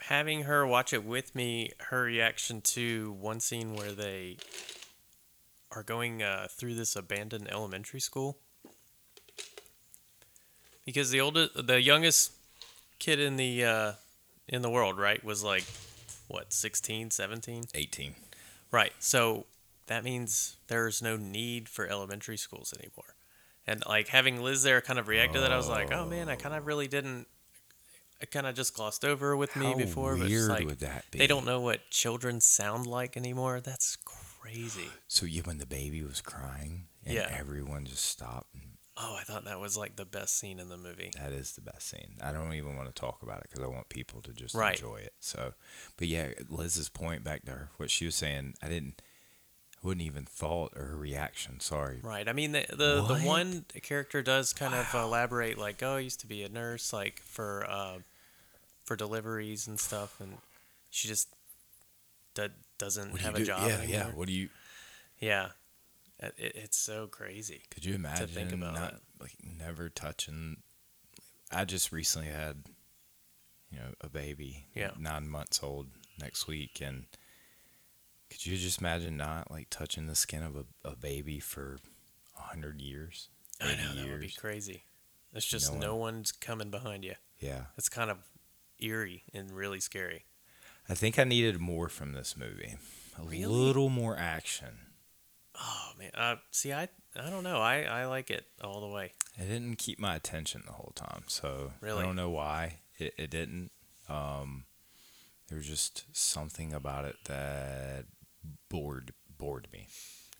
Speaker 2: having her watch it with me, her reaction to one scene where they are going uh, through this abandoned elementary school, because the oldest, the youngest kid in the uh, in the world, right, was like what 16, 17?
Speaker 1: Eighteen.
Speaker 2: Right. So that means there's no need for elementary schools anymore. And like having Liz there kind of react to that, I was like, oh man, I kind of really didn't. I kind of just glossed over with me
Speaker 1: How
Speaker 2: before. but it's
Speaker 1: weird
Speaker 2: like,
Speaker 1: would that be?
Speaker 2: They don't know what children sound like anymore. That's crazy.
Speaker 1: So you when the baby was crying and
Speaker 2: Yeah.
Speaker 1: everyone just stopped and
Speaker 2: Oh, I thought that was like the best scene in the movie.
Speaker 1: That is the best scene. I don't even want to talk about it because I want people to just
Speaker 2: Right.
Speaker 1: enjoy it. So, but yeah, Liz's point back there, what she was saying, I didn't, I wouldn't even thought or her reaction. Sorry.
Speaker 2: Right. I mean, the the,
Speaker 1: What?
Speaker 2: the one character does kind of elaborate, like, "Oh, I used to be a nurse, like for uh, for deliveries and stuff," and she just do- doesn't
Speaker 1: What do
Speaker 2: have
Speaker 1: you
Speaker 2: a
Speaker 1: do?
Speaker 2: job.
Speaker 1: Yeah,
Speaker 2: anymore.
Speaker 1: yeah. What do you?
Speaker 2: yeah, It- it- it's so crazy.
Speaker 1: Could you imagine
Speaker 2: about
Speaker 1: not
Speaker 2: it.
Speaker 1: like never touching? I just recently had, you know, a baby,
Speaker 2: Yeah.
Speaker 1: nine months old next week, and could you just imagine not like touching the skin of a, a baby for a hundred years?
Speaker 2: I
Speaker 1: 80
Speaker 2: know that would be
Speaker 1: years?
Speaker 2: crazy. It's just
Speaker 1: No
Speaker 2: no, one's coming behind you.
Speaker 1: Yeah.
Speaker 2: It's kind of eerie and really scary.
Speaker 1: I think I needed more from this movie. A
Speaker 2: Really?
Speaker 1: little more action.
Speaker 2: Oh man, uh, see, I I don't know. I I like it all the way.
Speaker 1: It didn't keep my attention the whole time, so
Speaker 2: Really?
Speaker 1: I don't know why it, it didn't. Um, there was just something about it that bored bored me.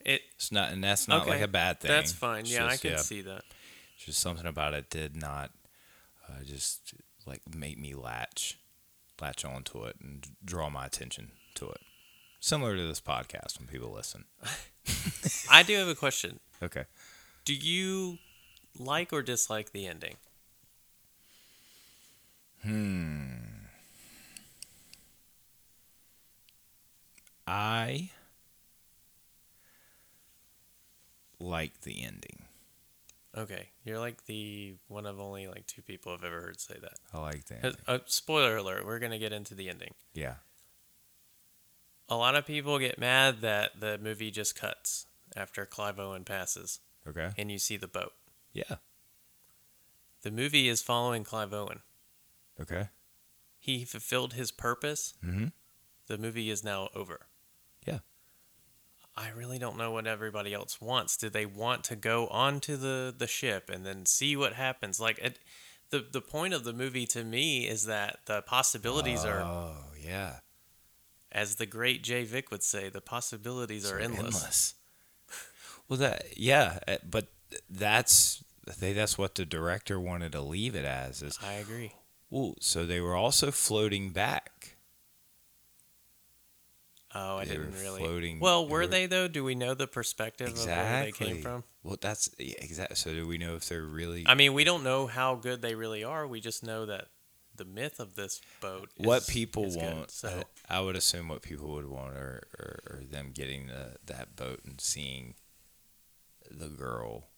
Speaker 2: It
Speaker 1: It's not, and that's not like
Speaker 2: okay,
Speaker 1: a bad thing.
Speaker 2: That's fine.
Speaker 1: It's
Speaker 2: yeah, I
Speaker 1: just-
Speaker 2: can see that.
Speaker 1: Just something about it did not uh, just like make me latch latch onto it and draw my attention to it. Similar to this podcast when people listen.
Speaker 2: I do have a question.
Speaker 1: Okay.
Speaker 2: Do you like or dislike the ending?
Speaker 1: I like the ending.
Speaker 2: Okay, you're like the one of only like two people I've ever heard say that.
Speaker 1: I like the
Speaker 2: Uh,
Speaker 1: ending.
Speaker 2: Uh, spoiler alert: We're gonna get into the ending.
Speaker 1: Yeah.
Speaker 2: A lot of people get mad that the movie just cuts after Clive Owen passes
Speaker 1: Okay.
Speaker 2: and you see the boat.
Speaker 1: Yeah.
Speaker 2: The movie is following Clive Owen.
Speaker 1: Okay.
Speaker 2: He fulfilled his purpose.
Speaker 1: Mm-hmm.
Speaker 2: The movie is now over.
Speaker 1: Yeah.
Speaker 2: I really don't know what everybody else wants. Do they want to go onto the the ship and then see what happens? Like it, the the point of the movie to me is that the possibilities are,
Speaker 1: Oh yeah.
Speaker 2: as the great Jay Vick would say, the possibilities are endless.
Speaker 1: well, that yeah, uh, but that's I think that's what the director wanted to leave it as is.
Speaker 2: I agree.
Speaker 1: Ooh, so they were also floating back.
Speaker 2: Oh, I
Speaker 1: They were
Speaker 2: didn't really.
Speaker 1: floating-
Speaker 2: well,
Speaker 1: they
Speaker 2: were
Speaker 1: were-
Speaker 2: they though? Do we know the perspective of where they
Speaker 1: Exactly.
Speaker 2: came from?
Speaker 1: Well, that's yeah, exactly. So do we know if they're really
Speaker 2: I mean, we don't know how good they really are. We just know that the myth of this boat. Is,
Speaker 1: what people
Speaker 2: is good,
Speaker 1: want uh,
Speaker 2: so
Speaker 1: I, I would assume what people would want are, are, are them getting the, that boat and seeing the girl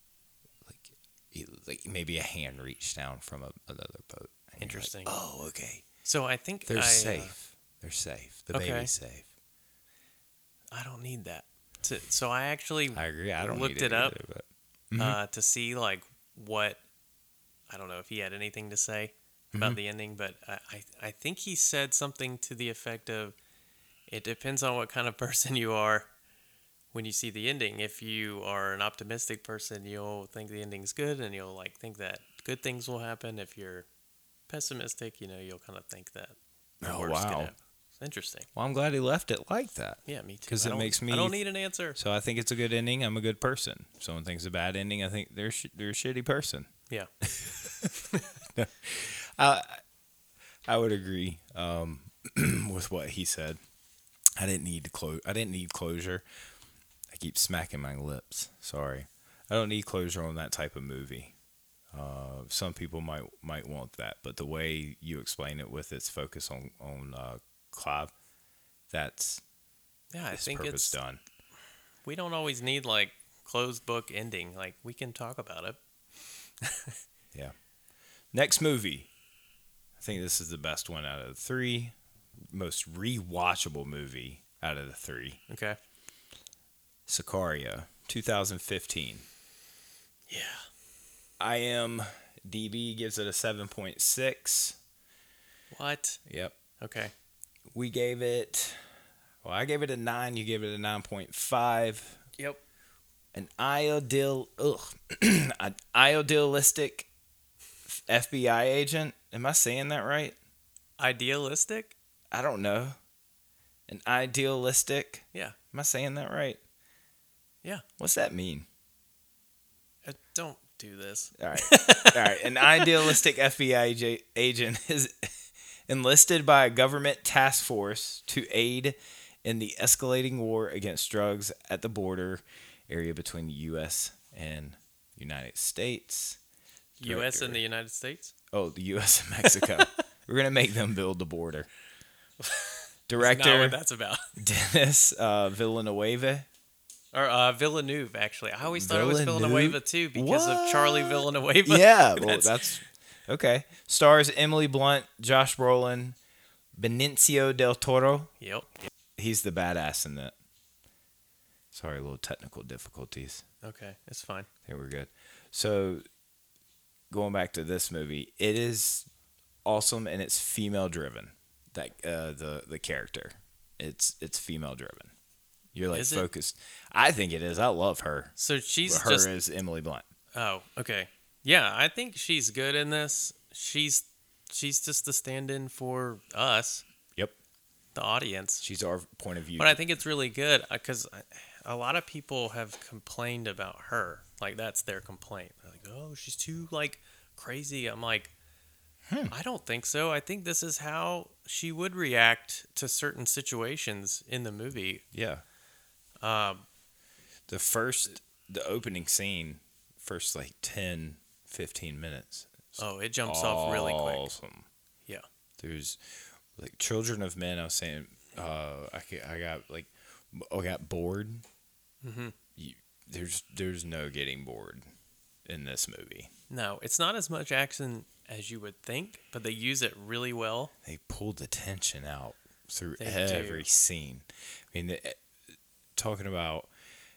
Speaker 1: like e- like maybe a hand reached down from a, another boat And you're like,
Speaker 2: Interesting.
Speaker 1: oh okay
Speaker 2: so I think
Speaker 1: they're
Speaker 2: I, uh,
Speaker 1: safe they're safe the
Speaker 2: okay.
Speaker 1: baby's safe
Speaker 2: I don't need that. To, so I actually
Speaker 1: i agree i don't
Speaker 2: Looked
Speaker 1: need
Speaker 2: it up.
Speaker 1: either, Mm-hmm. but
Speaker 2: uh, to see like what I don't know if he had anything to say
Speaker 1: Mm-hmm.
Speaker 2: about the ending, but I, I I think he said something to the effect of it depends on what kind of (laughs) person you are when you see the ending. If you are an optimistic person, you'll think the ending's good and you'll like think that good things will happen. If you're pessimistic, you know, you'll kind of think that the
Speaker 1: Oh,
Speaker 2: worst could
Speaker 1: wow.
Speaker 2: happen. Interesting.
Speaker 1: Well, I'm glad he left it like that.
Speaker 2: Yeah, me too.
Speaker 1: 'Cause
Speaker 2: I
Speaker 1: it
Speaker 2: don't-
Speaker 1: makes me-
Speaker 2: I don't need an answer.
Speaker 1: So I think it's a good ending. I'm a good person. If someone thinks a bad ending, I think they're sh- they're a shitty person.
Speaker 2: Yeah.
Speaker 1: I would agree um, (clears throat) with what he said. I didn't need to close. I didn't need closure. I keep smacking my lips. Sorry, I don't need closure on that type of movie. Uh, some people might might want that, but the way you explain it with its focus on on uh, Clive, that's
Speaker 2: (laughs) Yeah, I
Speaker 1: its
Speaker 2: think
Speaker 1: purpose
Speaker 2: it's
Speaker 1: done.
Speaker 2: we don't always need like closed book ending. Like we can talk about it.
Speaker 1: Yeah. Next movie. I think this is the best one out of the three. Most rewatchable movie out of the three.
Speaker 2: Okay.
Speaker 1: Sicario, 2015.
Speaker 2: Yeah.
Speaker 1: IMDb gives it a 7.6.
Speaker 2: What?
Speaker 1: Yep.
Speaker 2: Okay.
Speaker 1: We gave it, well, I gave it a 9. You gave it a 9.5.
Speaker 2: Yep.
Speaker 1: An ideal, ugh, (clears throat) an idealistic FBI agent. Am I saying that right?
Speaker 2: Idealistic?
Speaker 1: I don't know. An idealistic.
Speaker 2: Yeah.
Speaker 1: Am I saying that right?
Speaker 2: Yeah.
Speaker 1: What's that mean?
Speaker 2: Uh, don't do this.
Speaker 1: All right. All right. An idealistic FBI j- agent is enlisted by a government task force to aid in the escalating war against drugs at the border area between the U.S. and United States.
Speaker 2: US and
Speaker 1: Director.
Speaker 2: the United States?
Speaker 1: Oh, the U.S. and Mexico. We're going to make them build the border.
Speaker 2: That's Not what
Speaker 1: Director
Speaker 2: that's about. (laughs)
Speaker 1: Dennis uh, Villanueva.
Speaker 2: Or uh, Villeneuve, actually. I always thought it was
Speaker 1: Villeneuve?
Speaker 2: Villanueva too because of Charlie
Speaker 1: What?
Speaker 2: (laughs) Villanueva.
Speaker 1: yeah, well, that's, okay. Stars Emily Blunt, Josh Brolin, Benicio del Toro.
Speaker 2: Yep.
Speaker 1: He's the badass in that. Sorry, little technical difficulties.
Speaker 2: Okay. It's fine.
Speaker 1: They were good. So, going back to this movie, it is awesome and it's female driven. That uh, the the character, it's it's female driven. You're like
Speaker 2: Is it?
Speaker 1: focused. I think it is. I love her.
Speaker 2: So she's
Speaker 1: her
Speaker 2: just
Speaker 1: is Emily Blunt.
Speaker 2: Oh, okay. Yeah, I think she's good in this. She's she's just the stand-in for us,
Speaker 1: Yep,
Speaker 2: the audience.
Speaker 1: she's our point of view.
Speaker 2: But I think it's really good because a lot of people have complained about her. Like that's their complaint. They're like, "Oh, she's too like crazy." I'm like, I don't think so. I think this is how she would react to certain situations in the movie.
Speaker 1: yeah.
Speaker 2: Um,
Speaker 1: the first the opening scene first like 10 15 minutes
Speaker 2: oh, it jumps off really quick.
Speaker 1: awesome
Speaker 2: Yeah.
Speaker 1: there's like children of men i was saying uh i, ca- I got like i got bored
Speaker 2: hmm
Speaker 1: you, there's there's no getting bored in this movie
Speaker 2: No, it's not as much action as you would think, but they use it really well.
Speaker 1: they pulled the tension out through
Speaker 2: They do.
Speaker 1: every scene. I mean, the, talking about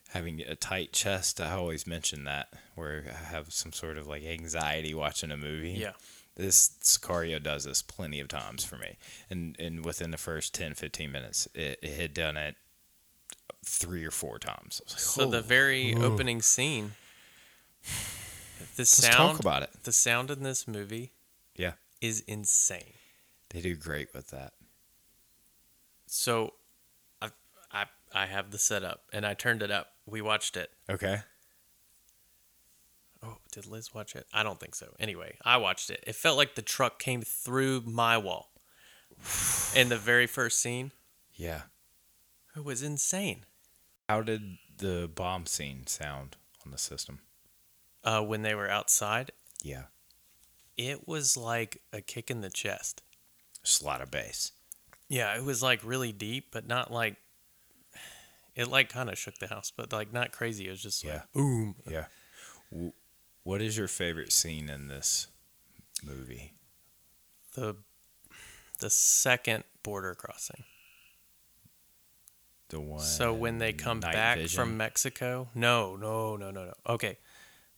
Speaker 1: having a tight chest, I always mention that where I have some sort of like anxiety watching a movie.
Speaker 2: Yeah.
Speaker 1: This Sicario does this plenty of times for me. And and within the first 10, 15 minutes, it, it had done it three or four times. I was like,
Speaker 2: So the
Speaker 1: "Oh,
Speaker 2: very opening scene, the
Speaker 1: let's
Speaker 2: sound,
Speaker 1: talk about it.
Speaker 2: the sound in this movie
Speaker 1: Yeah.
Speaker 2: is insane.
Speaker 1: They do great with that.
Speaker 2: So, I I I have the setup and I turned it up. We watched it.
Speaker 1: Okay.
Speaker 2: Oh, did Liz watch it? I don't think so. Anyway, I watched it. It felt like the truck came through my wall. In the very first scene,
Speaker 1: Yeah.
Speaker 2: it was insane.
Speaker 1: How did the bomb scene sound on the system?
Speaker 2: Uh, when they were outside,
Speaker 1: Yeah.
Speaker 2: it was like a kick in the chest.
Speaker 1: Just a lot of bass.
Speaker 2: Yeah, it was like really deep, but not like it like kind of shook the house, but like not crazy. It was just like
Speaker 1: Yeah.
Speaker 2: boom.
Speaker 1: Yeah. W- What is your favorite scene in this movie?
Speaker 2: The the second border crossing.
Speaker 1: The one.
Speaker 2: so when they come
Speaker 1: night
Speaker 2: back
Speaker 1: vision?
Speaker 2: from Mexico, no, no, no, no, no. Okay,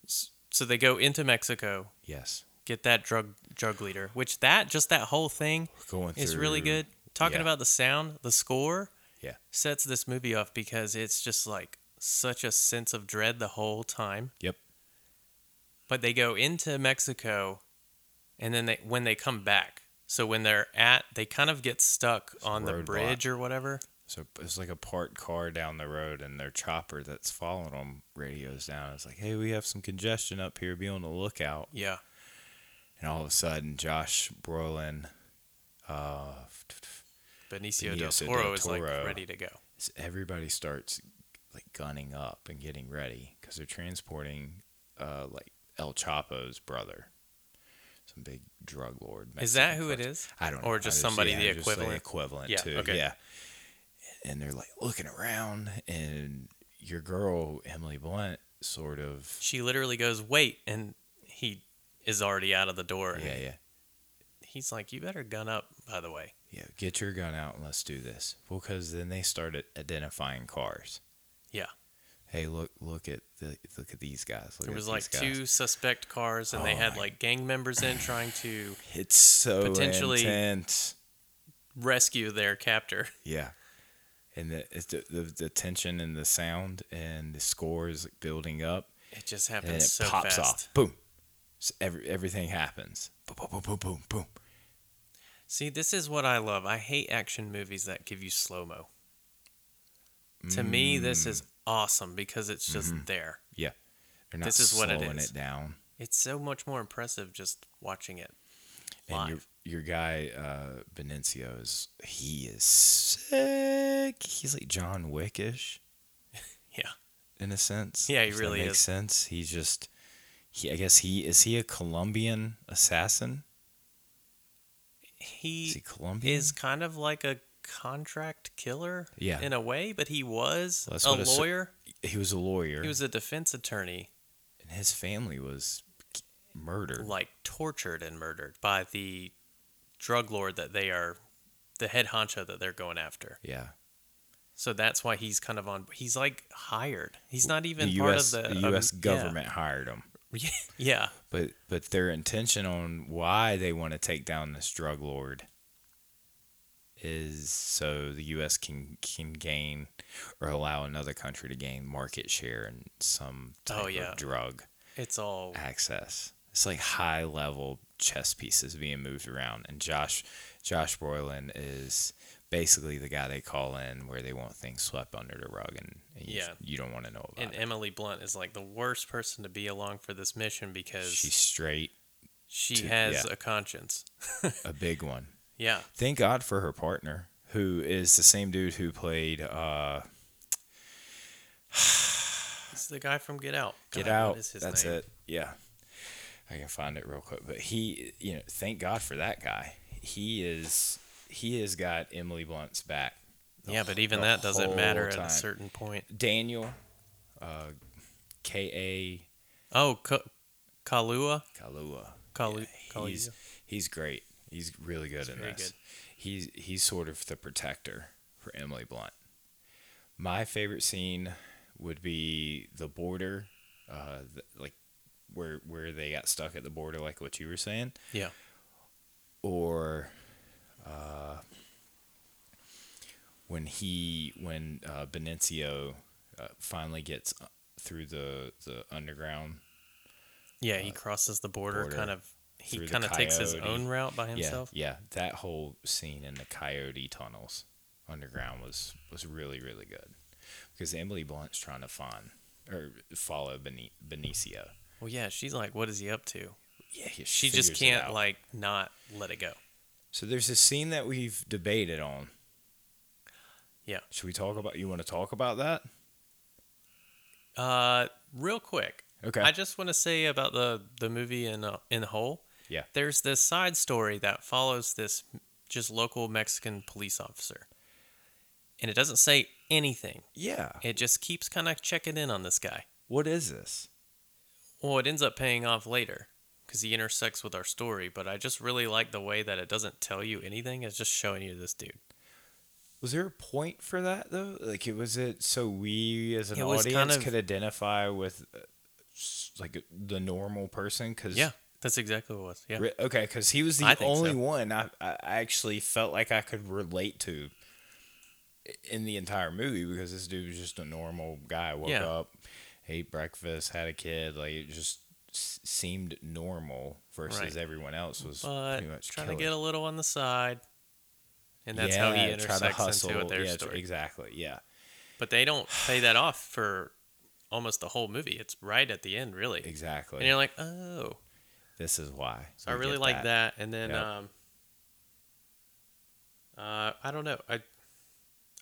Speaker 2: S- so they go into Mexico,
Speaker 1: yes,
Speaker 2: get that drug drug leader, which that just that whole thing
Speaker 1: going through.
Speaker 2: is really good. Talking
Speaker 1: yeah.
Speaker 2: about the sound, the score,
Speaker 1: Yeah.
Speaker 2: sets this movie off because it's just like such a sense of dread the whole time.
Speaker 1: Yep.
Speaker 2: but they go into Mexico, and then they when they come back, So when they're at, they kind of get stuck on the
Speaker 1: roadblock.
Speaker 2: bridge or whatever.
Speaker 1: So it's like a parked car down the road, and their chopper that's following them radios down. It's like, hey, we have some congestion up here. Be on the lookout.
Speaker 2: Yeah.
Speaker 1: And all of a sudden, Josh Brolin uh, f- f- f-
Speaker 2: Benicio, del
Speaker 1: Benicio del
Speaker 2: Toro is like
Speaker 1: Toro.
Speaker 2: ready to go.
Speaker 1: s- everybody starts like gunning up and getting ready because they're transporting uh, like El Chapo's brother, some big drug lord.
Speaker 2: Is that
Speaker 1: Mexican
Speaker 2: who it
Speaker 1: person.
Speaker 2: is?
Speaker 1: I don't know.
Speaker 2: Or
Speaker 1: I
Speaker 2: just somebody
Speaker 1: yeah,
Speaker 2: the
Speaker 1: just
Speaker 2: equivalent?
Speaker 1: equivalent
Speaker 2: Yeah,
Speaker 1: to
Speaker 2: okay.
Speaker 1: yeah. And they're like looking around, and your girl Emily Blunt sort of
Speaker 2: She literally goes, "Wait," and he is already out of the door. And
Speaker 1: yeah yeah
Speaker 2: He's like, "You better gun up." By the way,
Speaker 1: yeah get your gun out and let's do this. Well, because then they started identifying cars.
Speaker 2: yeah.
Speaker 1: Hey, look look at the look at these guys. Look
Speaker 2: There
Speaker 1: at
Speaker 2: was
Speaker 1: these
Speaker 2: like
Speaker 1: guys.
Speaker 2: two suspect cars, and they
Speaker 1: Oh
Speaker 2: had
Speaker 1: my-
Speaker 2: like gang members in trying
Speaker 1: (laughs)
Speaker 2: to
Speaker 1: It's so
Speaker 2: Potentially-
Speaker 1: intense.
Speaker 2: rescue their captor.
Speaker 1: Yeah, and the, it's the, the the tension and the sound and the score is like building up,
Speaker 2: It just
Speaker 1: and then
Speaker 2: happens
Speaker 1: it
Speaker 2: so
Speaker 1: pops
Speaker 2: fast.
Speaker 1: off. Boom! So every, everything happens. Boom! Boom! Boom! Boom! Boom! boom.
Speaker 2: See, this is what I love. I hate action movies that give you slow mo. To me, this
Speaker 1: Mm.
Speaker 2: is awesome because it's just
Speaker 1: Mm-hmm.
Speaker 2: there.
Speaker 1: Yeah, they're not
Speaker 2: This is what
Speaker 1: slowing
Speaker 2: it is.
Speaker 1: it down.
Speaker 2: It's so much more impressive just watching it
Speaker 1: And your
Speaker 2: Live. (laughs)
Speaker 1: your guy uh, Benicio is he is sick. He's like John Wickish
Speaker 2: Yeah.
Speaker 1: in a sense.
Speaker 2: Yeah, he
Speaker 1: if that
Speaker 2: really
Speaker 1: makes
Speaker 2: is.
Speaker 1: sense. He's just he. I guess he is he a Colombian assassin. Is he
Speaker 2: He
Speaker 1: Colombian?
Speaker 2: is kind of like a contract killer
Speaker 1: Yeah.
Speaker 2: in a way, but he was
Speaker 1: That's
Speaker 2: a
Speaker 1: what a s-
Speaker 2: lawyer.
Speaker 1: he was a lawyer.
Speaker 2: He was a defense attorney,
Speaker 1: and his family was murdered.
Speaker 2: like tortured and murdered by the drug lord that they are the head honcho that they're going after.
Speaker 1: Yeah,
Speaker 2: So that's why he's kind of on he's like hired. He's not even
Speaker 1: the
Speaker 2: part
Speaker 1: U.S.
Speaker 2: of
Speaker 1: the,
Speaker 2: the, um,
Speaker 1: U.S.
Speaker 2: yeah.
Speaker 1: government hired him,
Speaker 2: Yeah. yeah.
Speaker 1: but but their intention on why they want to take down this drug lord is so the U.S. can can gain or allow another country to gain market share in some type
Speaker 2: Oh, yeah.
Speaker 1: of drug
Speaker 2: It's all
Speaker 1: Ah, access. It's like high level chess pieces being moved around, and Josh Josh Brolin is basically the guy they call in where they want things swept under the rug, and, and you,
Speaker 2: Yeah.
Speaker 1: you don't want to know
Speaker 2: and
Speaker 1: about it.
Speaker 2: Emily Blunt is like the worst person to be along for this mission because
Speaker 1: She's straight,
Speaker 2: she
Speaker 1: too-
Speaker 2: has
Speaker 1: yeah.
Speaker 2: a conscience.
Speaker 1: a big one.
Speaker 2: Yeah.
Speaker 1: Thank God for her partner, who is the same dude who played uh,
Speaker 2: It's the guy from Get Out.
Speaker 1: Get
Speaker 2: God, what
Speaker 1: Out.
Speaker 2: is his
Speaker 1: That's
Speaker 2: name?
Speaker 1: it. Yeah, I can find it real quick. But he, you know, thank God for that guy. He is he has got Emily Blunt's back.
Speaker 2: Yeah, but even
Speaker 1: the
Speaker 2: that doesn't matter
Speaker 1: whole
Speaker 2: at
Speaker 1: time.
Speaker 2: a certain point.
Speaker 1: Daniel, uh, K.
Speaker 2: Oh, Ka- Kalua,
Speaker 1: A. Kalua.
Speaker 2: Kalu-
Speaker 1: He's
Speaker 2: Kalua.
Speaker 1: he's great. He's really good in
Speaker 2: very
Speaker 1: this.
Speaker 2: good.
Speaker 1: He's he's sort of the protector for Emily Blunt. My favorite scene would be the border, uh, the, like where where they got stuck at the border, like what you were saying,
Speaker 2: Yeah,
Speaker 1: or uh, when he when uh, Benicio uh, finally gets uh, through the the underground
Speaker 2: yeah. He crosses the border,
Speaker 1: Uh, border
Speaker 2: kind of. He
Speaker 1: through the
Speaker 2: kind of takes his
Speaker 1: coyote.
Speaker 2: own route by himself.
Speaker 1: Yeah, yeah. That whole scene in the coyote tunnels underground was was really really good because Emily Blunt's trying to find or follow Beni- Benicio.
Speaker 2: Well, yeah. She's like, "What is he up to?"
Speaker 1: Yeah, he
Speaker 2: She
Speaker 1: figures
Speaker 2: just
Speaker 1: it
Speaker 2: can't
Speaker 1: out.
Speaker 2: like not let it go.
Speaker 1: So there's a scene that we've debated on.
Speaker 2: Yeah.
Speaker 1: Should we talk about? You want to talk about that?
Speaker 2: Uh, real quick.
Speaker 1: Okay.
Speaker 2: I just want to say about the the movie in uh, in whole.
Speaker 1: Yeah.
Speaker 2: There's this side story that follows this just local Mexican police officer, and it doesn't say anything.
Speaker 1: Yeah.
Speaker 2: It just keeps kind of checking in on this guy.
Speaker 1: What is this?
Speaker 2: Well, it ends up paying off later because he intersects with our story. But I just really like the way that it doesn't tell you anything. It's just showing you this dude.
Speaker 1: Was there a point for that though? Like, it was it so we as an
Speaker 2: It was
Speaker 1: audience
Speaker 2: kind of-
Speaker 1: could identify with uh, s- like the normal person? Because
Speaker 2: Yeah, that's exactly what it was. Yeah,
Speaker 1: Re- Okay, because he was the
Speaker 2: I think
Speaker 1: only
Speaker 2: so.
Speaker 1: one I, I I actually felt like I could relate to i- in the entire movie because this dude was just a normal guy. Woke
Speaker 2: Yeah.
Speaker 1: up, ate breakfast, had a kid, like it just s- seemed normal versus
Speaker 2: Right.
Speaker 1: everyone else was
Speaker 2: but
Speaker 1: pretty much
Speaker 2: trying
Speaker 1: killing.
Speaker 2: to get a little on the side, and that's how he
Speaker 1: Yeah, try to
Speaker 2: intersects into
Speaker 1: hustle.
Speaker 2: it, their
Speaker 1: yeah,
Speaker 2: story.
Speaker 1: Exactly. Yeah.
Speaker 2: But they don't pay that off for almost the whole movie. It's right at the end, really.
Speaker 1: Exactly.
Speaker 2: And you're like, oh,
Speaker 1: this is why.
Speaker 2: so I
Speaker 1: we
Speaker 2: really
Speaker 1: get
Speaker 2: like that. And then,
Speaker 1: Yep.
Speaker 2: um, uh, I don't know. I,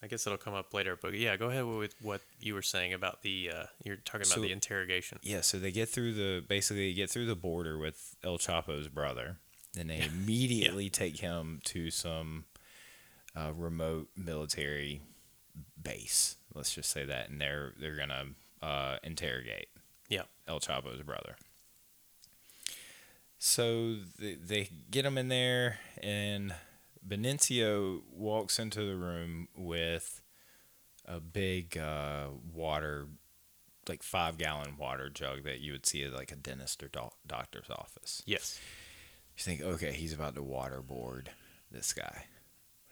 Speaker 2: I guess it'll come up later. But yeah, go ahead with what you were saying about the. Uh, you're talking about
Speaker 1: So-
Speaker 2: the interrogation.
Speaker 1: Yeah. So they get through the basically they get through the border with El Chapo's brother, and
Speaker 2: (laughs)
Speaker 1: they immediately take him to some uh, remote military base. Let's just say that, and they're they're gonna uh, interrogate.
Speaker 2: Yeah.
Speaker 1: El Chapo's brother. So they, they get him in there, and Benicio walks into the room with a big uh, water, like five gallon water jug that you would see at like a dentist or doc- doctor's office.
Speaker 2: Yes.
Speaker 1: You think, okay, he's about to waterboard this guy.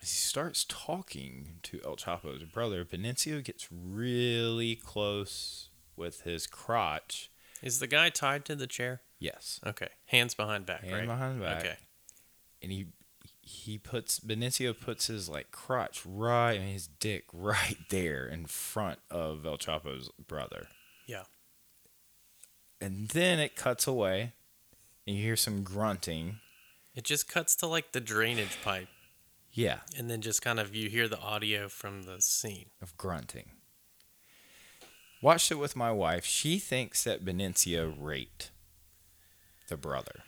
Speaker 1: As he starts talking to El Chapo's brother, Benicio gets really close with his crotch.
Speaker 2: Is the guy tied to the chair?
Speaker 1: Yes.
Speaker 2: Okay. Hands behind back.
Speaker 1: Hand
Speaker 2: right.
Speaker 1: behind back.
Speaker 2: Okay.
Speaker 1: and he he puts Benicio puts his like crotch right and his dick (laughs) right there in front of El Chapo's brother.
Speaker 2: Yeah.
Speaker 1: And then it cuts away and you hear some grunting.
Speaker 2: It just cuts to like the drainage pipe,
Speaker 1: Yeah,
Speaker 2: and then just kind of you hear the audio from the scene.
Speaker 1: of grunting. Watched it with my wife. She thinks that Benicio raped the brother.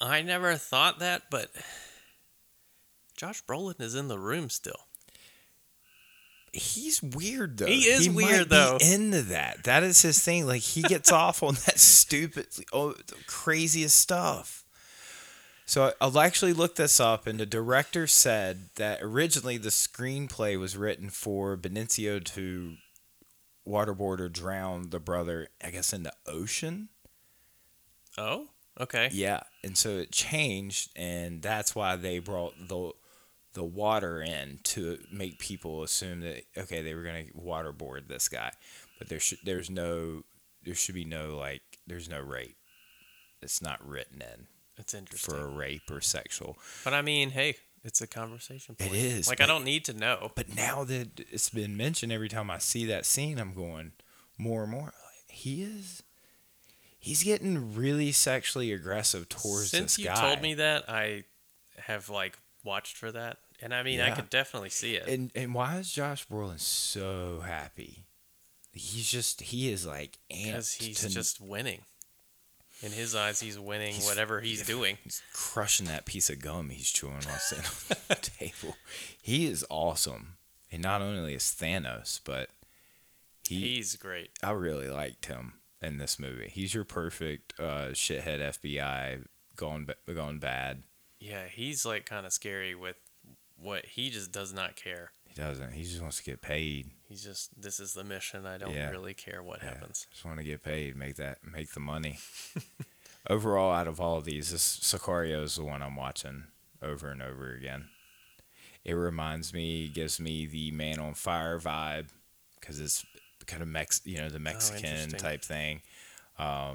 Speaker 2: I never thought that, but Josh Brolin is in the room still.
Speaker 1: He's weird though.
Speaker 2: He is
Speaker 1: might
Speaker 2: weird,
Speaker 1: be
Speaker 2: though.
Speaker 1: into that. That is his thing. Like he
Speaker 2: (laughs)
Speaker 1: gets off on that stupid, oh, the craziest stuff. So I- I'll actually look this up, and the director said that originally the screenplay was written for Benicio to waterboard or drown the brother, I guess, in the ocean.
Speaker 2: Oh, okay.
Speaker 1: Yeah, and so it changed, and that's why they brought the the water in to make people assume that okay, they were gonna waterboard this guy, but there should there's no there should be no like there's no rape. It's not written in
Speaker 2: That's interesting.
Speaker 1: for a rape or sexual.
Speaker 2: but I mean, hey, it's a conversation.
Speaker 1: It
Speaker 2: Point.
Speaker 1: is,
Speaker 2: Like
Speaker 1: but-
Speaker 2: I don't need to know.
Speaker 1: But now that it's been mentioned, every time I see that scene, I'm going more and more. Like, he is. He's getting really sexually aggressive towards
Speaker 2: Since
Speaker 1: this
Speaker 2: you
Speaker 1: guy.
Speaker 2: told me that, I have like watched for that, and I mean, I
Speaker 1: Yeah.
Speaker 2: could definitely see it.
Speaker 1: And and why is Josh Brolin so happy? He's just he is like
Speaker 2: because
Speaker 1: amped
Speaker 2: he's
Speaker 1: to-
Speaker 2: just winning. In his eyes, he's winning
Speaker 1: He's-
Speaker 2: whatever he's doing.
Speaker 1: he's crushing that piece of gum he's chewing while sitting on the table. He is awesome, and not only is Thanos, but he,
Speaker 2: He's great.
Speaker 1: I really liked him in this movie. He's your perfect uh, shithead FBI gone ba- gone bad.
Speaker 2: Yeah, he's like kind of scary with what he just does not care.
Speaker 1: He doesn't. He just wants to get paid.
Speaker 2: He's just this is the mission. I don't
Speaker 1: Yeah.
Speaker 2: really care what
Speaker 1: Yeah,
Speaker 2: happens.
Speaker 1: Just want to get paid, make that, make the
Speaker 2: (laughs)
Speaker 1: money. Overall, out of all of these, this Sicario is the one I'm watching over and over again. It reminds me, gives me the Man on Fire vibe because it's kind of Mex, you know, the Mexican
Speaker 2: Oh, interesting.
Speaker 1: type thing. Um,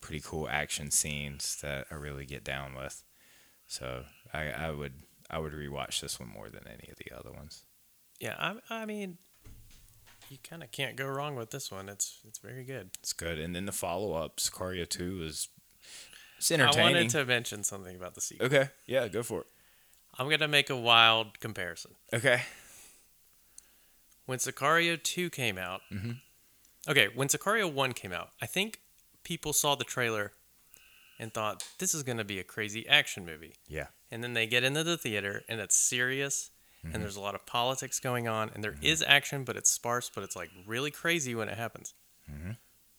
Speaker 1: pretty cool action scenes that I really get down with. So I, I would, I would rewatch this one more than any of the other ones.
Speaker 2: Yeah, I, I mean, you kind of can't go wrong with this one. It's it's very good.
Speaker 1: It's good. And then the follow up, Sicario 2 is it's
Speaker 2: I
Speaker 1: entertaining.
Speaker 2: wanted to mention something about the sequel.
Speaker 1: Okay. Yeah, go for it.
Speaker 2: I'm gonna make a wild comparison.
Speaker 1: Okay.
Speaker 2: When Sicario 2 came out, okay, when Sicario 1 came out, I think people saw the trailer and thought this is gonna be a crazy action movie.
Speaker 1: Yeah.
Speaker 2: and then they get into the theater and it's serious
Speaker 1: Mm-hmm.
Speaker 2: and there's a lot of politics going on and there is action but it's sparse but it's like really crazy when it happens
Speaker 1: Mm-hmm.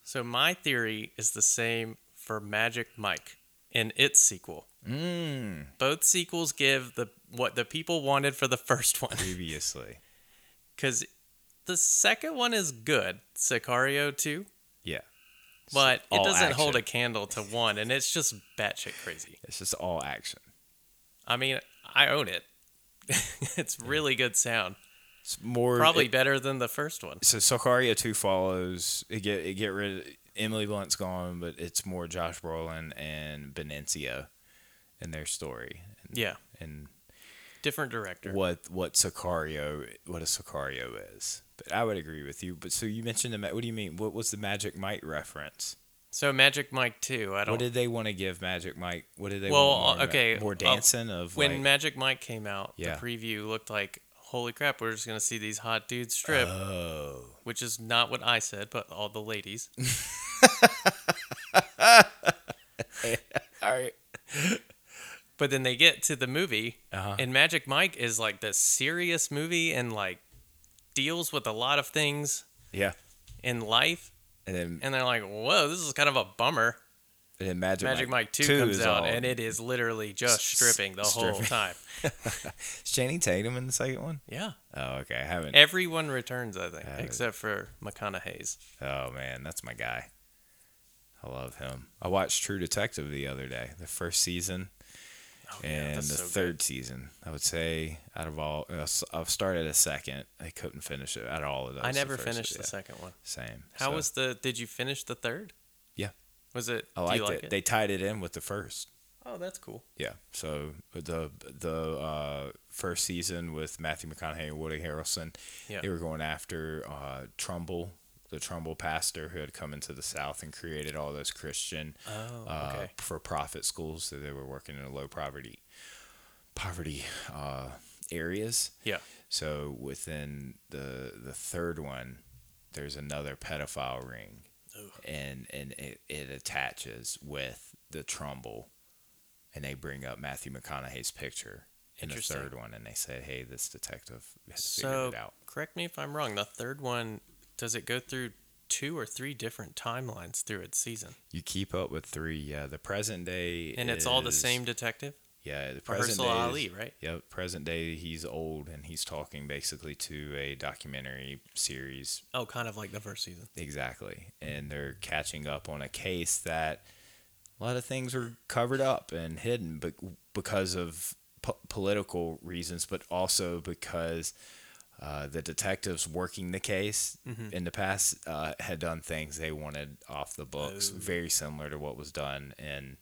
Speaker 2: so my theory is the same for magic mike and its sequel
Speaker 1: Mm.
Speaker 2: both sequels give the what the people wanted for the
Speaker 1: (laughs)
Speaker 2: first one (laughs)
Speaker 1: Previously.
Speaker 2: because the second one is good sicario 2
Speaker 1: Yeah.
Speaker 2: but it
Speaker 1: all
Speaker 2: doesn't hold
Speaker 1: action.
Speaker 2: a candle to one and it's just batshit crazy
Speaker 1: It's just all action.
Speaker 2: i mean i own it (laughs) it's really good sound
Speaker 1: It's more
Speaker 2: Probably
Speaker 1: it-
Speaker 2: better than the first one.
Speaker 1: so Sicario 2 follows it get it get rid Emily Blunt's gone, but it's more Josh Brolin and Benicio and their story. And,
Speaker 2: Yeah.
Speaker 1: And
Speaker 2: Different director.
Speaker 1: what what Sicario what a Sicario is. But I would agree with you. But so you mentioned the ma- what do you mean? What was the Magic Mike reference?
Speaker 2: So Magic Mike 2. I don't
Speaker 1: What did they want to give Magic Mike? What did they
Speaker 2: Oh. Well,
Speaker 1: want more,
Speaker 2: uh, okay,
Speaker 1: more
Speaker 2: uh,
Speaker 1: dancing of
Speaker 2: when
Speaker 1: like,
Speaker 2: Magic Mike came out,
Speaker 1: Yeah.
Speaker 2: the preview looked like holy crap, we're just going to see these hot dudes strip,
Speaker 1: oh
Speaker 2: which is not what I said, but all
Speaker 1: (laughs)
Speaker 2: the ladies.
Speaker 1: all right
Speaker 2: But then they get to the movie,
Speaker 1: Uh-huh.
Speaker 2: and Magic Mike is like the serious movie and like deals with a lot of things
Speaker 1: yeah
Speaker 2: in life.
Speaker 1: and then
Speaker 2: And they're like, whoa, this is kind of a bummer.
Speaker 1: and then Magic,
Speaker 2: Magic Mike, 2, comes out, and it is literally just stripping the whole
Speaker 1: stripping.
Speaker 2: time. (laughs)
Speaker 1: is Channing Tatum in the second one.
Speaker 2: Yeah.
Speaker 1: Oh okay, I haven't.
Speaker 2: Everyone returns, I think,
Speaker 1: Uh,
Speaker 2: except for McConaughey's.
Speaker 1: Oh man, that's my guy. I love him. I watched True Detective the other day, the first season
Speaker 2: Oh,
Speaker 1: and the
Speaker 2: that's so good.
Speaker 1: third season. I would say out of all, uh, s- I've started a second. I couldn't finish it at all of those.
Speaker 2: I never
Speaker 1: first-
Speaker 2: finished the
Speaker 1: yeah,
Speaker 2: second one.
Speaker 1: Same.
Speaker 2: How
Speaker 1: So,
Speaker 2: was the? Did you finish the third?
Speaker 1: Yeah,
Speaker 2: Was it?
Speaker 1: Oh, I
Speaker 2: do
Speaker 1: liked
Speaker 2: you like
Speaker 1: it. They tied it in with the first.
Speaker 2: oh, that's cool.
Speaker 1: Yeah. So the the uh, first season with Matthew McConaughey and Woody Harrelson,
Speaker 2: Yeah.
Speaker 1: they were going after uh, Trumbull, the Trumbull pastor who had come into the South and created all those Christian
Speaker 2: Oh,
Speaker 1: uh,
Speaker 2: okay.
Speaker 1: for profit schools. So they were working in low poverty poverty uh, areas.
Speaker 2: Yeah.
Speaker 1: So within the the third one, there's another pedophile ring,
Speaker 2: Ooh.
Speaker 1: and and it, it attaches with the Trumbull, and they bring up Matthew McConaughey's picture in the
Speaker 2: Interesting.
Speaker 1: third one, and they say, "Hey, this detective has
Speaker 2: So
Speaker 1: figured it out."
Speaker 2: correct me if I'm wrong. The third one does it go through two or three different timelines through its season,
Speaker 1: You keep up with three. Yeah, the present day,
Speaker 2: and it's all the
Speaker 1: is-
Speaker 2: same detective,
Speaker 1: Yeah, the present
Speaker 2: Rehearsal
Speaker 1: day. is-
Speaker 2: Ali, right?
Speaker 1: Yep, present day. He's old, and he's talking basically to a documentary series
Speaker 2: Oh, kind of like the first season.
Speaker 1: Exactly. And they're catching up on a case that a lot of things were covered up and hidden but because of po- political reasons, but also because uh, the detectives working the case in the past uh, had done things they wanted off the books, very similar to what was done in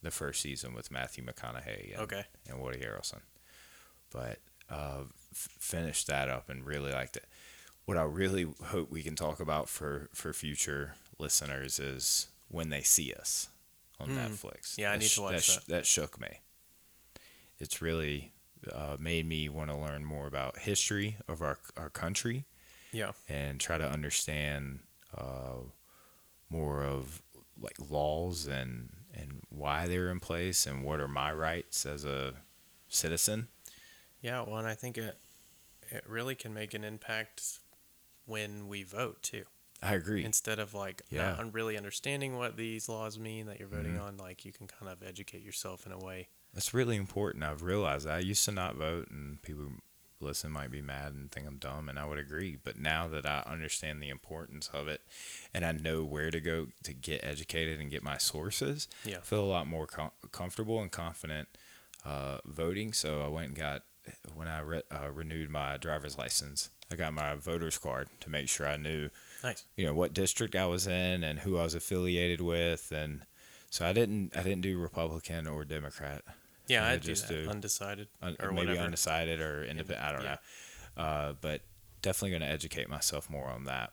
Speaker 1: the first season with Matthew McConaughey and,
Speaker 2: Okay.
Speaker 1: and Woody Harrelson. But uh, f- finished that up and really liked it what I really hope we can talk about for for future listeners is when they see us on Netflix.
Speaker 2: Hmm. Yeah, I need
Speaker 1: sh-
Speaker 2: to watch
Speaker 1: sh-
Speaker 2: that.
Speaker 1: that shook me. It's really uh, made me want to learn more about history of our our country
Speaker 2: Yeah.
Speaker 1: and try to understand uh, more of like laws and and why they're in place and what are my rights as a citizen.
Speaker 2: Yeah. Well, and I think it it really can make an impact when we vote too.
Speaker 1: I agree.
Speaker 2: instead of like
Speaker 1: Yeah. Mm-hmm.
Speaker 2: not un- really understanding what these laws mean that you're voting on like you can kind of educate yourself in a way
Speaker 1: That's really important. I've realized I used to not vote, and people who listen might be mad and think I'm dumb, and I would agree. But now that I understand the importance of it, and I know where to go to get educated and get my sources,
Speaker 2: Yeah.
Speaker 1: I feel a lot more com- comfortable and confident uh, voting. So I went and got when I re- uh, renewed my driver's license, I got my voter's card to make sure I knew
Speaker 2: nice
Speaker 1: you know what district I was in and who I was affiliated with, and so I didn't I didn't do Republican or Democrat.
Speaker 2: yeah
Speaker 1: I
Speaker 2: i'd
Speaker 1: just
Speaker 2: do that.
Speaker 1: do-
Speaker 2: undecided
Speaker 1: un-
Speaker 2: or
Speaker 1: maybe
Speaker 2: whatever
Speaker 1: undecided or independent. I don't
Speaker 2: yeah.
Speaker 1: know, uh, but definitely going to educate myself more on that.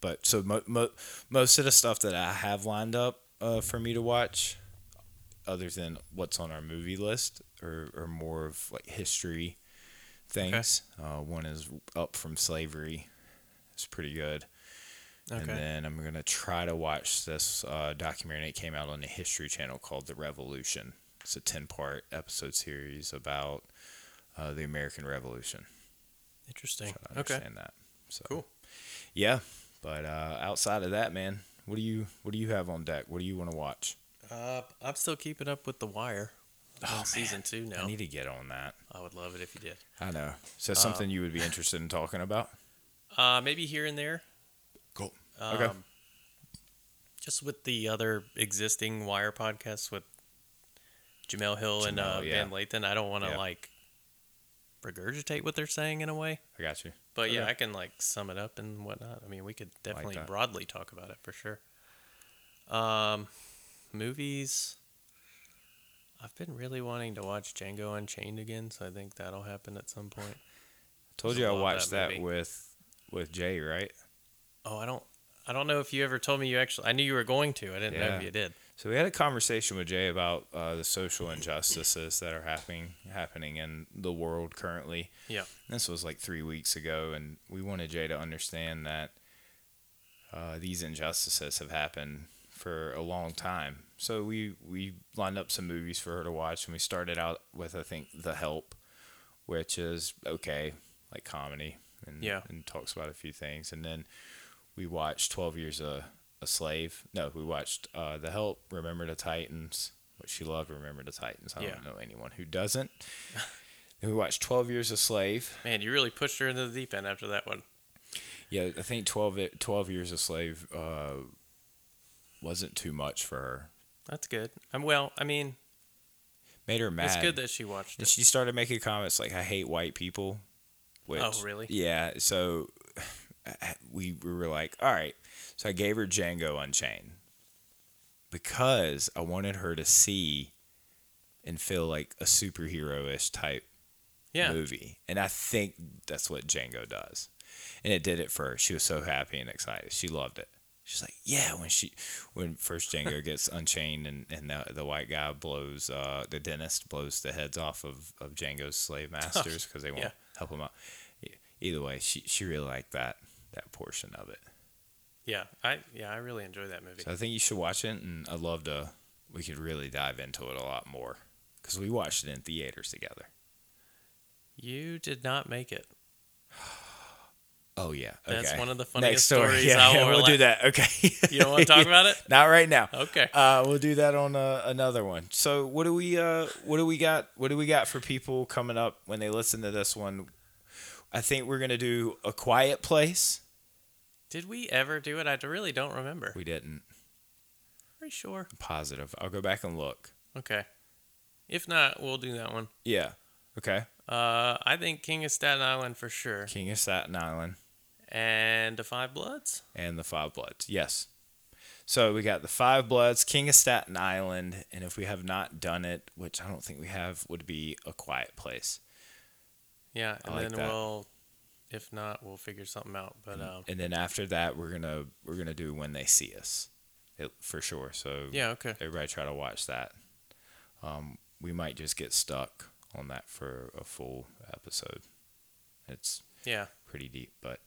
Speaker 1: But so mo- mo- most of the stuff that I have lined up uh, for me to watch, other than what's on our movie list, or or more of like history things. Uh, one is up from slavery. It's pretty good. And
Speaker 2: okay
Speaker 1: then I'm gonna try to watch this uh, documentary that came out on the History Channel called "The Revolution." It's a ten-part episode series about uh, the American Revolution. I
Speaker 2: interesting okay
Speaker 1: understand that. So
Speaker 2: Cool.
Speaker 1: Yeah, but uh, outside of that, man, what do you what do you have on deck? What do you want to watch?
Speaker 2: uh, i'm still keeping up with the wire I'm on season two now
Speaker 1: Oh, I need to get on that.
Speaker 2: i would love it if you did
Speaker 1: I know. So
Speaker 2: Um,
Speaker 1: something you would be interested in talking about?
Speaker 2: uh, maybe here and there
Speaker 1: Cool.
Speaker 2: um,
Speaker 1: Okay.
Speaker 2: just with the other existing wire podcasts with jamel hill and
Speaker 1: Jamel,
Speaker 2: uh,
Speaker 1: yeah.
Speaker 2: van lathan i don't want to
Speaker 1: Yeah.
Speaker 2: like regurgitate what they're saying in a way
Speaker 1: I got you.
Speaker 2: But yeah,
Speaker 1: Okay.
Speaker 2: I can like sum it up and whatnot. I mean, we could definitely
Speaker 1: that.
Speaker 2: broadly talk about it for sure. Um, movies. I've been really wanting to watch Django Unchained again, so I think that'll happen at some point.
Speaker 1: Told you I
Speaker 2: Love that
Speaker 1: watched that,
Speaker 2: movie.
Speaker 1: with with Jay, right?
Speaker 2: Oh, I don't. I don't know if you ever told me you actually. I knew you were going to. I didn't know
Speaker 1: Yeah.
Speaker 2: if you did.
Speaker 1: So we had a conversation with Jay about uh, the social injustices that are happening happening in the world currently.
Speaker 2: Yeah.
Speaker 1: This was like three weeks ago, and we wanted Jay to understand that uh, these injustices have happened for a long time. So we we lined up some movies for her to watch, and we started out with I think The Help, which is okay, like comedy, and
Speaker 2: Yeah.
Speaker 1: and talks about a few things, and then we watched Twelve Years a a Slave. No, we watched uh, The Help, Remember the Titans, which she loved. Remember the Titans. I
Speaker 2: Yeah.
Speaker 1: don't know anyone who doesn't. (laughs) Then we watched Twelve Years a Slave.
Speaker 2: Man, you really pushed her into the deep end after that one.
Speaker 1: Yeah, I think 12, i- 12 years a slave uh, wasn't too much for her.
Speaker 2: That's good. I'm well. I mean,
Speaker 1: Made her mad.
Speaker 2: it's good that she watched
Speaker 1: and
Speaker 2: it.
Speaker 1: she started making comments like, I hate white people. Which,
Speaker 2: Oh, really?
Speaker 1: Yeah. So we, we were like, all right. So I gave her Django Unchained because I wanted her to see and feel like a superhero ish type
Speaker 2: Yeah.
Speaker 1: movie. And I think that's what Django does. And it did it for her. She was so happy and excited. She loved it. She's like, yeah, when she, when first
Speaker 2: (laughs)
Speaker 1: Django gets unchained and, and the, the white guy blows, uh, the dentist blows the heads off of, of Django's
Speaker 2: (laughs)
Speaker 1: slave masters because they won't
Speaker 2: Yeah.
Speaker 1: help him out. E- Either way, she, she really liked that, that portion of it.
Speaker 2: Yeah. I yeah. I really enjoy that movie.
Speaker 1: So I think you should watch it. And I'd love to, we could really dive into it a lot more because we watched it in theaters together.
Speaker 2: You did not make it.
Speaker 1: Oh yeah,
Speaker 2: That's
Speaker 1: okay.
Speaker 2: one of the funniest
Speaker 1: Next story.
Speaker 2: stories
Speaker 1: Yeah,
Speaker 2: I
Speaker 1: yeah,
Speaker 2: will
Speaker 1: we'll do
Speaker 2: laugh-
Speaker 1: that. Okay.
Speaker 2: You
Speaker 1: (laughs)
Speaker 2: don't want to talk about it?
Speaker 1: Not right now.
Speaker 2: Okay.
Speaker 1: Uh, we'll do that on uh, another one. So what do we uh what do we got what do we got for people coming up when they listen to this one? I think we're gonna do a quiet place.
Speaker 2: Did we ever do it? I d- really don't remember.
Speaker 1: We didn't.
Speaker 2: Pretty sure.
Speaker 1: Positive. I'll go back and look.
Speaker 2: Okay. If not, we'll do that one.
Speaker 1: Yeah. Okay.
Speaker 2: Uh, I think King of Staten Island for sure,
Speaker 1: King of Staten Island.
Speaker 2: and the Five Bloods.
Speaker 1: and the Five Bloods. Yes. So we got the Five Bloods, King of Staten Island, and if we have not done it, which I don't think we have, would be A Quiet Place.
Speaker 2: Yeah,
Speaker 1: I
Speaker 2: and
Speaker 1: like
Speaker 2: then
Speaker 1: that. Mm-hmm.
Speaker 2: we'll, if not, we'll figure something out. But um,
Speaker 1: And then after that, we're gonna we're gonna do When They See Us, it, for sure. So
Speaker 2: yeah, okay.
Speaker 1: everybody try to watch that. Um, we might just get stuck on that for a full episode. It's
Speaker 2: Yeah,
Speaker 1: pretty deep. But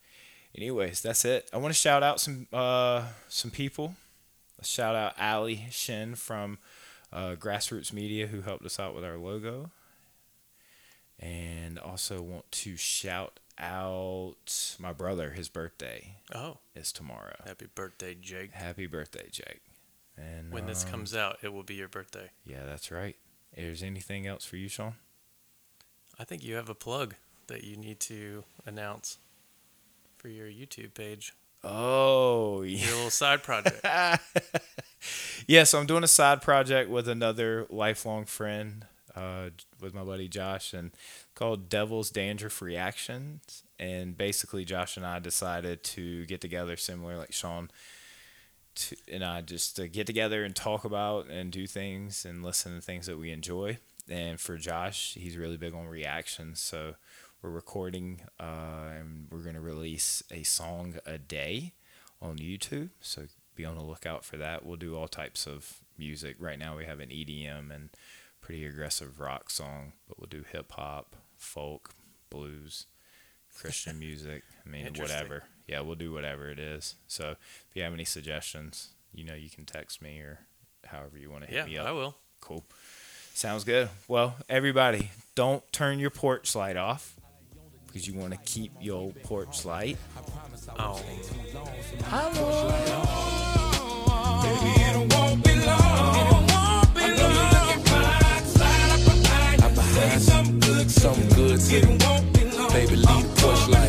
Speaker 1: anyways, that's it. I want to shout out some uh some people. Let's shout out Ali Shin from uh, Grassroots Media who helped us out with our logo. And also want to shout out my brother. His birthday
Speaker 2: Oh,
Speaker 1: is tomorrow.
Speaker 2: happy birthday, Jake.
Speaker 1: Happy birthday, Jake. And
Speaker 2: When this
Speaker 1: uh,
Speaker 2: comes out, it will be your birthday.
Speaker 1: Yeah, that's right. Is anything else for you, Sean?
Speaker 2: I think you have a plug that you need to announce for your YouTube page,
Speaker 1: Oh, (laughs) yeah.
Speaker 2: your little
Speaker 1: (laughs)
Speaker 2: side project.
Speaker 1: yeah, so I'm doing a side project with another lifelong friend, uh, with my buddy Josh, and called Devil's Dandruff Reactions. And basically, Josh and I decided to get together, similar like Sean to, and I, just to get together and talk about and do things and listen to things that we enjoy. And for Josh, he's really big on reactions, so we're recording uh, and we're gonna release a song a day on YouTube. So be on the lookout for that. We'll do all types of music. Right now we have an EDM and pretty aggressive rock song, but we'll do hip hop, folk, blues, Christian music. I mean,
Speaker 2: Interesting.
Speaker 1: whatever. Yeah, we'll do whatever it is. So if you have any suggestions, you know, you can text me or however you want to hit
Speaker 2: yeah,
Speaker 1: me up.
Speaker 2: I will.
Speaker 1: Cool. Sounds good. Well, everybody, don't turn your porch light off because you want to keep your old porch light.
Speaker 2: Oh.
Speaker 3: I provide some good, some good, too. baby. Leave the uh. porch light.